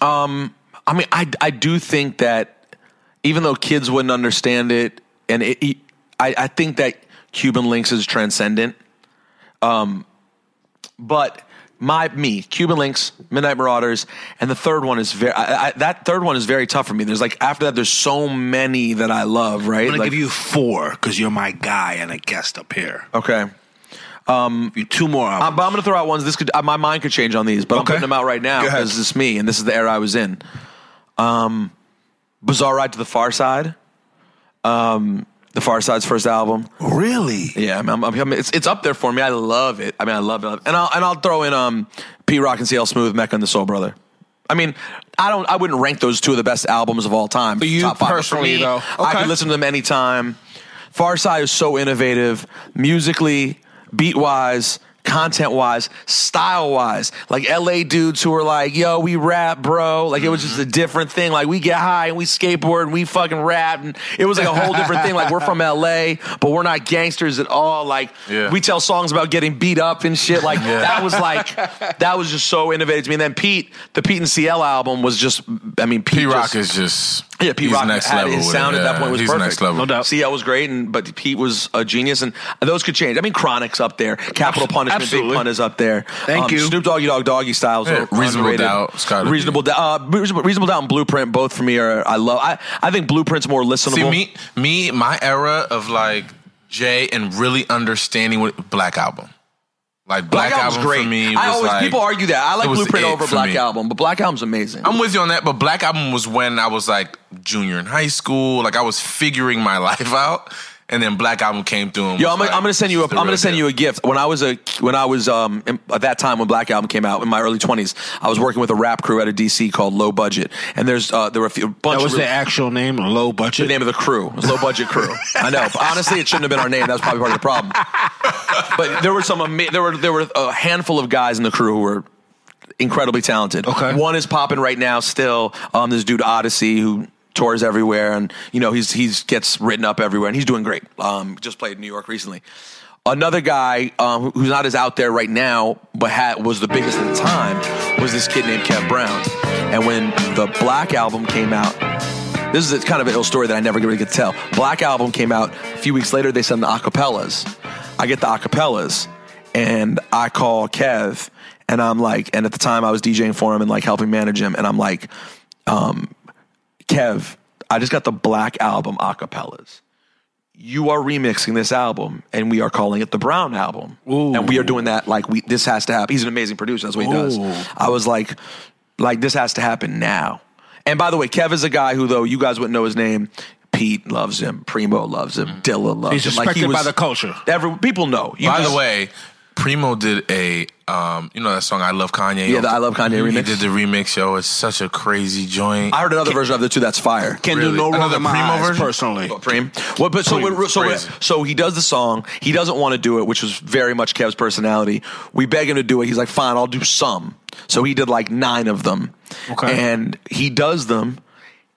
Um, I mean, I I do think that even though kids wouldn't understand it, and it, it- I I think that Cuban Links is transcendent. Um, but my me Cuban Links, Midnight Marauders, and the third one is very I, I, that third one is very tough for me. There's like after that, there's so many that I love. Right? I'm gonna Like- give you four because you're my guy and a guest up here. Okay. Um, two more. I'm, but I'm going to throw out ones. This could uh, my mind could change on these, but I'm putting them out right now Go ahead. because it's me and this is the era I was in. Um, Bizarre Ride to the Far Side. Um, the Far Side's first album. Really? Yeah, I'm, I'm, I'm- it's it's up there for me. I love it. I mean, I love it. And I'll and I'll throw in um, P Rock and CL Smooth, Mecca and the Soul Brother. I mean, I don't. I wouldn't rank those two of the best albums of all time. But you personally, though. I Okay. could listen to them anytime. Far Side is so innovative, musically, beat wise, content wise, style wise. Like LA dudes who were like, "Yo, we rap, bro." Like it was Mm-hmm. just a different thing. Like we get high and we skateboard and we fucking rap, and it was like a whole different thing. Like we're from LA, but we're not gangsters at all. Like Yeah. we tell songs about getting beat up and shit. Like Yeah. that was like that was just so innovative to me. And then Pete, the Pete and CL album was just. I mean, Pete P Rock just- is just yeah, Pete he's Rock next had level his with it. sound at Yeah, that point was he's perfect. next level. No doubt. CL was great, and but Pete was a genius, and those could change. I mean, Chronic's up there, Capital Punishment, absolutely. Big Pun is up there. Um, Thank you. Snoop Doggy Dogg, Doggy Styles, Yeah, are Reasonable underrated. Doubt, it's gotta be. Reasonable Doubt, uh, Reasonable, Reasonable Doubt, and Blueprint. Both for me are I love. I, I think Blueprint's more listenable. See me, me, my era of like Jay and really understanding what Black Album, like Black, Black Album's Album great. for me. I was always like- people argue that I it like was Blueprint it over for Black me. Album, but Black Album's amazing. I'm with you on that, but Black Album was when I was like junior in high school, like I was figuring my [LAUGHS] life out, and then Black Album came through. And Yo, was I'm, gonna- like, I'm gonna send you a. this is the I'm real gonna send deal. you a gift. When I was a when I was um in- at that time when Black Album came out in my early 20s, I was working with a rap crew out of DC called Low Budget, and there's uh, there were a, few, a bunch. That was of the actual name, low budget. the name of the crew. It was Low Budget Crew. I know. But honestly, it shouldn't have been our name. That was probably part of the problem. But there were some. Ama- there were there were a handful of guys in the crew who were incredibly talented. Okay. One is popping right now still. Um, this dude Odyssey who tours everywhere and you know he's he's gets written up everywhere and he's doing great. Um, just played in New York recently. Another guy um, who- who's not as out there right now, but had, was the biggest at the time, was this kid named Kev Brown. And when the Black album came out, this is kind of an ill story that I never really get to tell. Black album came out a few weeks later. They send the acapellas. I get the acapellas, and I call Kev, and I'm like, and at the time I was DJing for him and like helping manage him, and I'm like, um, Kev, I just got the Black album acapellas. You are remixing this album, and we are calling it the Brown album, and we are doing that like we. This has to happen. He's an amazing producer. That's what he does. Ooh. I was like, like this has to happen now. And by the way, Kev is a guy who, though you guys wouldn't know his name, Pete loves him, Primo loves him, Dilla loves Mm-hmm. He's him. Like, respected by the culture. Every people know. You By just- the way, Primo did a, um, you know that song I Love Kanye? Yeah, the I Love Kanye he remix. did the remix, yo. It's such a crazy joint. I heard another version of it too. That's fire. Can do no wrong Another in my Primo eyes, version? personally. Supreme. What? But so Supreme. when, so when- Crazy. so he does the song. He doesn't want to do it, which was very much Kev's personality. We beg him to do it. He's like, fine, I'll do some. So he did like nine of them, Okay. and he does them,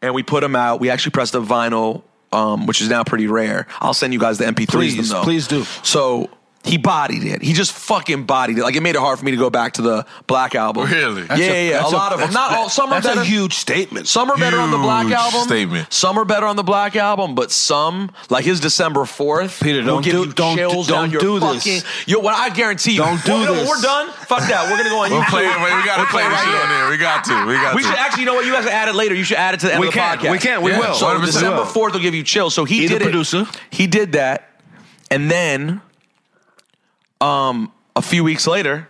and we put them out. We actually pressed a vinyl, um, which is now pretty rare. I'll send you guys the MP3s. Please, though. please do. So. He bodied it. He just fucking bodied it. Like it made it hard for me to go back to the Black album. Really? Yeah, yeah. yeah. A, That's lot of them. that's- Not all. Some are that's better. a huge statement. Some are better on the Black Huge album. statement. Some are better on the Black album, but some, like his December fourth, Peter, will don't give do- you don't- chills don't down your do this. fucking. Yo, what I guarantee you. Don't do Well, you know what, this. We're done. Fuck that. We're gonna go on We'll YouTube. play. We gotta We'll play this right shit here. on there. We got to. We got We to. should actually, you know what? You guys can add it later. You should add it to the end We of the can. podcast. We can. We Yeah. will. So 100%. December fourth will give you chills. So he He's a did it. producer. He did that, and then, um, a few weeks later,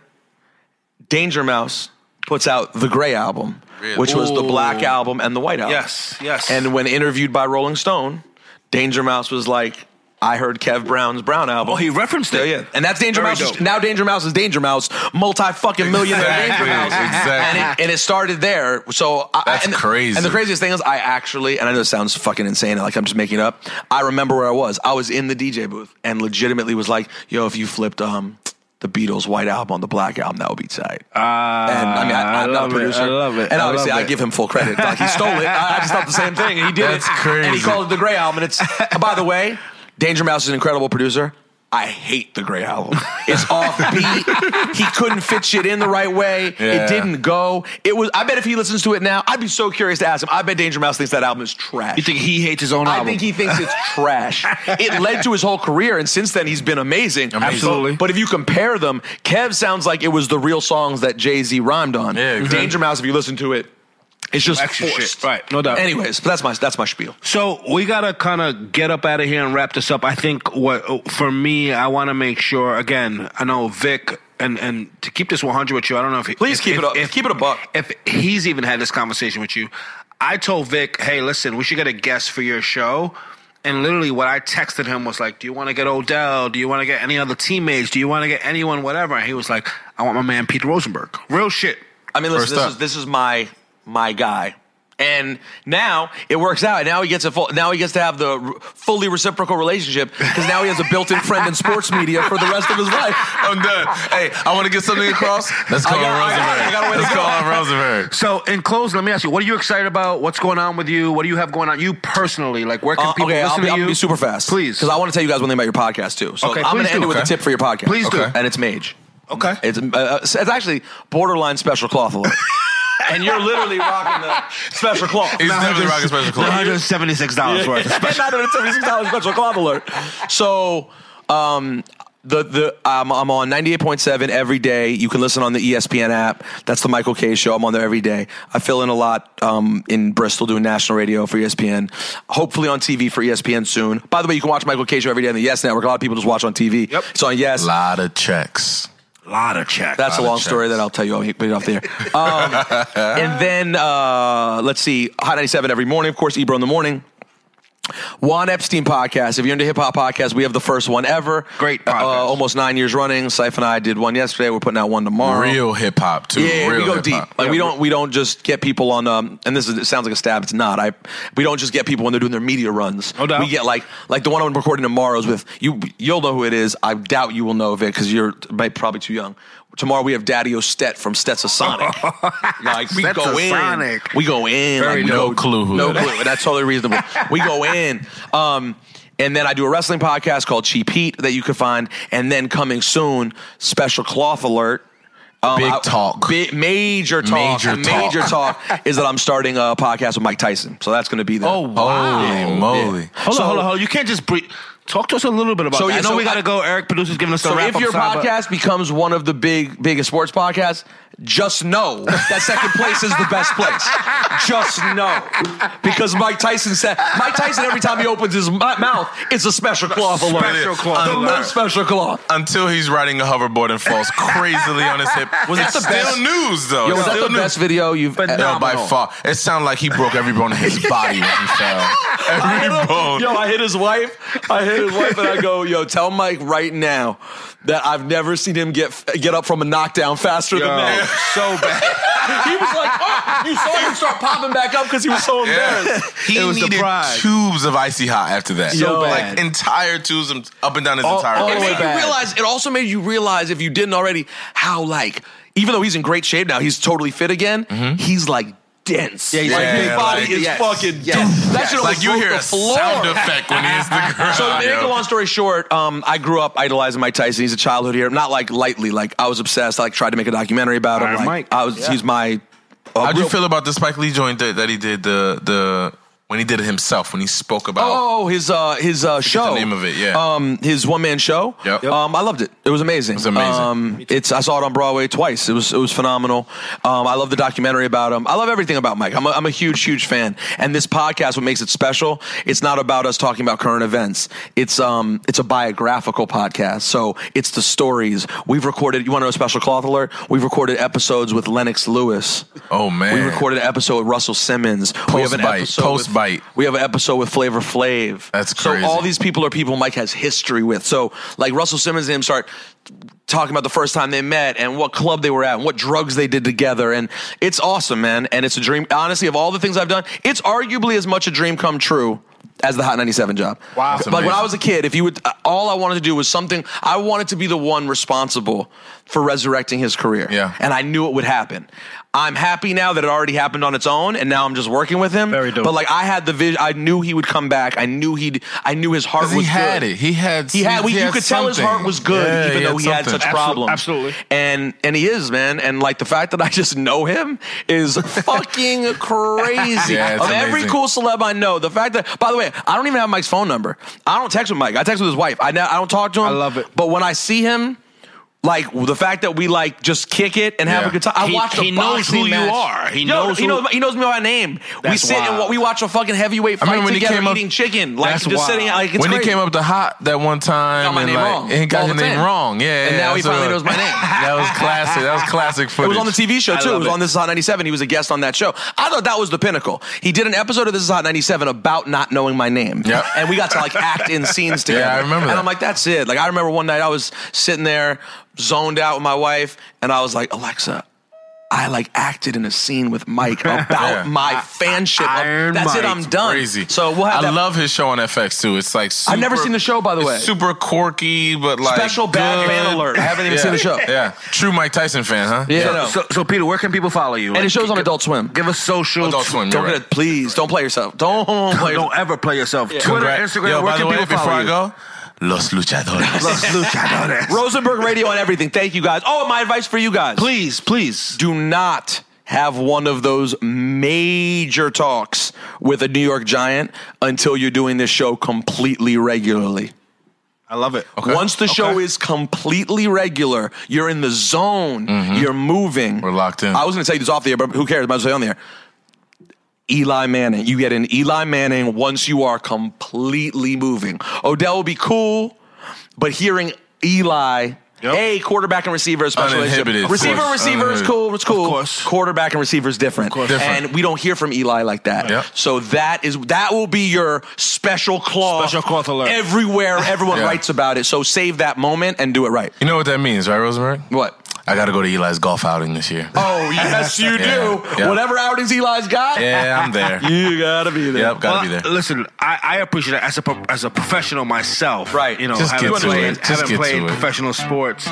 Danger Mouse puts out the Gray album, Really? which was the Ooh. Black album and the White album. Yes, yes. And when interviewed by Rolling Stone, Danger Mouse was like, "I heard Kev Brown's Brown album." Oh, he referenced Yeah, it. yeah. And that's Danger Very Mouse. dope. Now Danger Mouse is Danger Mouse, multi fucking millionaire Exactly, Danger Mouse. exactly. And it, and it started there. So I, That's and the- crazy. And the craziest thing is, I actually, and I know it sounds fucking insane, like I'm just making it up. I remember where I was. I was in the DJ booth and legitimately was like, "Yo, if you flipped um the Beatles' White Album on the Black Album, that would be tight." and I mean, I, am not a love it. producer. Ah, I love it. And I obviously, love I it. give him full credit. Like he stole it. I, I just thought the same thing. He did That's it. And he crazy. called it the Gray Album. And it's by the way, Danger Mouse is an incredible producer. I hate the Gray Album. It's off beat. he couldn't fit shit in the right way. Yeah. It didn't go. It was. I bet if he listens to it now, I'd be so curious to ask him. I bet Danger Mouse thinks that album is trash. You think he hates his own I album? think he thinks it's [LAUGHS] trash. It led to his whole career, and since then he's been amazing. Absolutely. But, but if you compare them, Kev sounds like it was the real songs that Jay Z rhymed on. Yeah, exactly. Danger Mouse. If you listen to it, it's just Extra shit. forced. Right, no doubt. Anyways, but that's my that's my spiel. So we gotta kind of get up out of here and wrap this up. I think what for me, I want to make sure again. I know Vic and and to keep this 100 with you. I don't know if he- Please if- keep if- it up. If, keep it a buck. if he's even had this conversation with you. I told Vic, hey, listen, we should get a guest for your show. And literally, what I texted him was like, do you want to get Odell? Do you want to get any other teammates? Do you want to get anyone? Whatever. And he was like, I want my man Pete Rosenberg. Real shit. I mean, listen, First this up. is this is my my guy. And now it works out. Now he gets a full, now he gets to have the r- fully reciprocal relationship because now he has a built-in friend in sports media for the rest of his life. I'm done. Hey, I want to get something across. Let's I call him got- I got- I got a Rosenberg. way to Let's go. call him Rosenberg. So, in close, let me ask you, what are you excited about? What's going on with you? What do you have going on? You personally, like, where can Uh, people okay, listen I'll be, to I'll you? be super fast, please. because I want to tell you guys one thing about your podcast too. So Okay, I'm going please to end do. it with a Okay. tip for your podcast. Please do. and it's Mage. Okay. It's uh, uh, it's actually borderline special cloth alert. and you're literally rocking the special cloth. He's definitely rocking special clothes. $176 worth. [LAUGHS] $976 special cloth alert. So, um, the, the I'm, I'm on 98.7 every day. You can listen on the E ESPN app. That's the Michael K show. I'm on there every day. I fill in a lot um, in Bristol doing national radio for E ESPN. Hopefully on TV for E ESPN soon. By the way, you can watch Michael K show every day on the Yes Network. A lot of people just watch on TV. Yep. It's on Yes. Lot of checks. lot of checks. That's [LAUGHS] a Lot of long story checks. that I'll tell you. I'll put it off there. [LAUGHS] Um, and then uh, let's see, Hot 97 every morning, of course, Ebro in the morning. Juan Epstein podcast. If you're into hip hop podcasts, we have the first one ever. Great Uh, podcast. almost nine years running. Syph and I did one yesterday. We're putting out one tomorrow. Real hip hop too. Yeah, Real we go hip-hop. deep. Like we don't we don't just get people on. Um, and this is, it sounds like a stab. It's not. I we don't just get people when they're doing their media runs. No doubt. We get like like the one I'm recording tomorrow's with you. You'll know who it is. I doubt you will know of it because you're may- probably too young. Tomorrow we have Daddy Ostet from [LAUGHS] Stetsasonic. like we go in, Stetsasonic. we go in. Very like, no clue who no that is. clue. That's totally reasonable. we go in. Um, and then I do a wrestling podcast called Cheap Heat that you can find. And then coming soon, special cloth alert. Um, Big talk. Big, major talk. Major A Major talk is that I'm starting a podcast with Mike Tyson. So that's going to be there. Oh, wow. Holy moly. Hold So- on, hold on, hold on. You can't just breathe. Talk to us a little bit about So, that. yeah, I know so we got to I- go. Eric, producer's giving us the So wrap if your up podcast becomes one of the big biggest sports podcasts, just know that second place is the best place. Just know because Mike Tyson said Mike Tyson every time he opens his mu- mouth, it's a special cloth alert. Special cloth Another alert. Special cloth. Until he's riding a hoverboard and falls crazily on his hip. Was that it's the best- still news though. Yo, It's was that Oh, still the news. best video you've? uh, No, by far. It sounded like he broke every bone in his body when he fell. [LAUGHS] I hit Every him. bone. Yo, I hit his wife. I hit to his wife and I go, "Yo, tell Mike right now that I've never seen him get get up from a knockdown faster Yo, than that." So bad. he was like, oh, "You saw him start popping back up because he was [LAUGHS] so embarrassed." He it was needed the pride. tubes of icy hot after that. So like bad. entire tubes of- up and down his entire. it body. made you realize. It also made you realize if you didn't already how like even though he's in great shape now, he's totally fit again. He's like dense. Mm-hmm. Yeah, he's like, like- his Yeah, body like- is yes, fucking yes, dense. That yes. should Like, you hear the a floor. sound [LAUGHS] effect when he hits the ground, So to make a yo. long story short, um, I grew up idolizing Mike Tyson. He's a childhood hero, not like lightly. Like I was obsessed. I like tried to make a documentary about him. Iron Like, Mike. I was. Yeah. He's my. uh, How'd you real- feel about the Spike Lee joint that, that he did the the when he did it himself when he spoke about? Oh, his uh, his uh, show. the name of it, yeah. Um, his one man show. Yep. Um, I loved it. It was amazing. It was amazing. Um, it's I saw it on Broadway twice. It was it was phenomenal. Um, I love the documentary about him. I love everything about Mike. I'm a, I'm a huge huge fan. And this podcast, what makes it special, it's not about us talking about current events. It's um it's a biographical podcast. So it's the stories we've recorded. You want to know a special cloth alert? We've recorded episodes with Lennox Lewis. Oh man, We recorded an episode with Russell Simmons. we have an Post-bite, episode with- post-bite. We have an episode with Flavor Flav. That's crazy. So all these people are people Mike has history with. So like Russell Simmons and him start talking about the first time they met and what club they were at and what drugs they did together and it's awesome, man. And it's a dream. Honestly, of all the things I've done, it's arguably as much a dream come true. As the Hot 97 job. Wow. That's Like when amazing. I was a kid, if you would, all I wanted to do was something, I wanted to be the one responsible for resurrecting his career. Yeah. And I knew it would happen. I'm happy now that it already happened on its own, and now I'm just working with him. Very dope. But like I had the vision, I knew he would come back. I knew he'd, I knew his heart 'Cause was. he had good. it. He had- He had. he we, you had could tell his something. heart was good, Yeah, even he though had he had something. such Absolute- problems. absolutely. And and he is man. And like the fact that I just know him is fucking crazy. Yeah, it's of every amazing. cool celeb I know, the fact that by the way, I don't even have Mike's phone number. I don't text with Mike. I text with his wife. I now I don't talk to him. I love it. But when I see him. Like the fact that we like just kick it and have Yeah. a good time. I He- watched. he a knows who boxing you match. are. He Yo, knows He who- knows. He knows me by name. we That's sit and wild. wa- we watch a fucking heavyweight fight remember when he together, came up- eating chicken. Like just sitting. Like it's when crazy. he came up to hot that one time, Got my and name like, wrong. and he got All his the name time. wrong. Yeah, And yeah, now he that's finally what- knows my name. [LAUGHS] that was classic. That was classic It footage. was on the TV show I too. It love was on This Is Hot 97. He was a guest on that show. I thought that was the pinnacle. He did an episode of This Is Hot 97 about not knowing my name. Yep. And we got to like act in scenes [LAUGHS] together. Yeah, I remember And that. I'm like, that's it. Like I remember one night I was sitting there zoned out with my wife and I was like, Alexa, I like acted in a scene with Mike [LAUGHS] about Yeah. my fanship. that's it. I'm done. Crazy. So we'll have I that- love his show on FX too. It's like super, I've never seen the show, by the it's way. Super quirky, but like Special bad good. man alert. I haven't even Yeah. seen the show. Yeah, true Mike Tyson fan, huh? Yeah, So- no. so- So, Peter, where can people follow you? and it shows on Adult Swim. Give us social. Adult Swim, Don't you're get right. it. Please don't play [LAUGHS] yourself. Don't play. yourself. Don't ever play yourself. Twitter, Congrats. Instagram. Yo, where by can the way, people before follow I you? go, Los Luchadores. Los luchadores. Rosenberg Radio and everything. Thank you guys. Oh, and my advice for you guys. Please, please. Do not have one of those major talks with a New York Giant until you're doing this show completely regularly. I love it. Once the show is completely regular, you're in the zone, you're moving. Mm-hmm. We're locked in. I was going to tell you this off the air, but who cares? Might as well say it on the air. Eli Manning. You get an Eli Manning once you are completely moving. Odell will be cool, but hearing Eli, a quarterback and receiver, is special relationship. Uninhibited, of receiver course. receiver is Uninhibited. cool. It's cool. Quarterback and receiver is different. Different. And we don't hear from Eli like that. Yep. So that is that will be your special claw. Special cloth alert. [LAUGHS] Everywhere, everyone Yeah. writes about it. So save that moment and do it right. [LAUGHS] You know what that means, right, Rosenberg? What? I got to go to Eli's golf outing this year. [LAUGHS] Oh yes, you Yeah, do. yeah. Whatever outings Eli's got, Yeah, I'm there. you gotta be there. Yep, gotta be Well, there. Listen, I, I appreciate that as a pro- as a professional myself. Right. You know, Just having get to played, it. Just having get played to it. professional sports.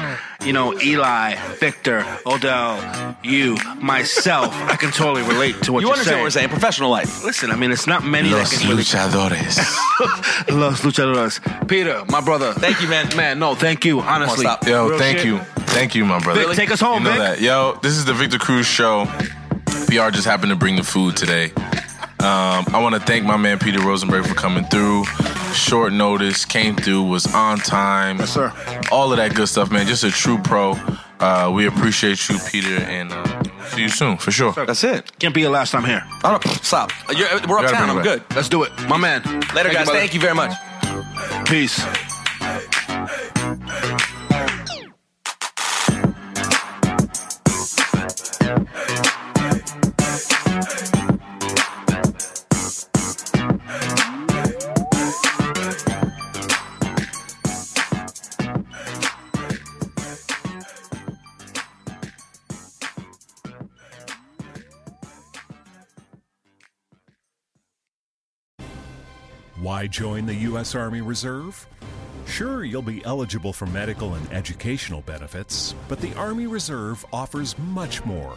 You know, Eli, Victor, Odell, you, myself. I can totally relate to what You are understand what we're saying? Professional life. Listen, I mean, it's not many Los that can really [LAUGHS] Luchadores. [LAUGHS] Los luchadores. Peter, my brother. Thank you, man. Man, no, thank you. Honestly, stop. Yo, Real thank shit. you. Thank you, my brother. Vic, take us home, you know Vic. that. Yo, this is the Victor Cruz Show. PR just happened to bring the food today. Um, I want to thank my man Peter Rosenberg for coming through. Short notice, came through, was on time. Yes, sir. All of that good stuff, man. Just a true pro. Uh, we appreciate you, Peter, and uh, see you soon for sure. That's it. Can't be your last time here. I don't stop. You're, we're You gotta bring uptown. it I'm back. good. Let's do it, my man. Later, guys. brother. Thank you very much. Peace. Why join the U.S. Army Reserve? Sure, you'll be eligible for medical and educational benefits, but the Army Reserve offers much more.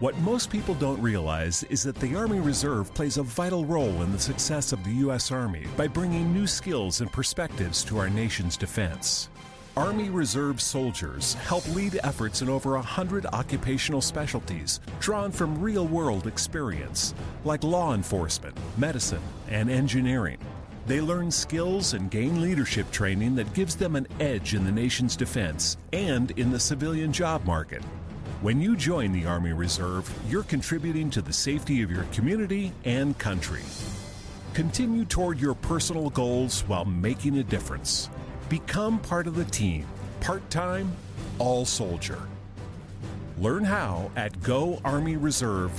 What most people don't realize is that the Army Reserve plays a vital role in the success of the U.S. Army by bringing new skills and perspectives to our nation's defense. Army Reserve soldiers help lead efforts in over 100 occupational specialties drawn from real world experience, like law enforcement, medicine, and engineering. They learn skills and gain leadership training that gives them an edge in the nation's defense and in the civilian job market. When you join the Army Reserve, you're contributing to the safety of your community and country. Continue toward your personal goals while making a difference. Become part of the team, part time, all soldier. Learn how at goarmyreserve.com.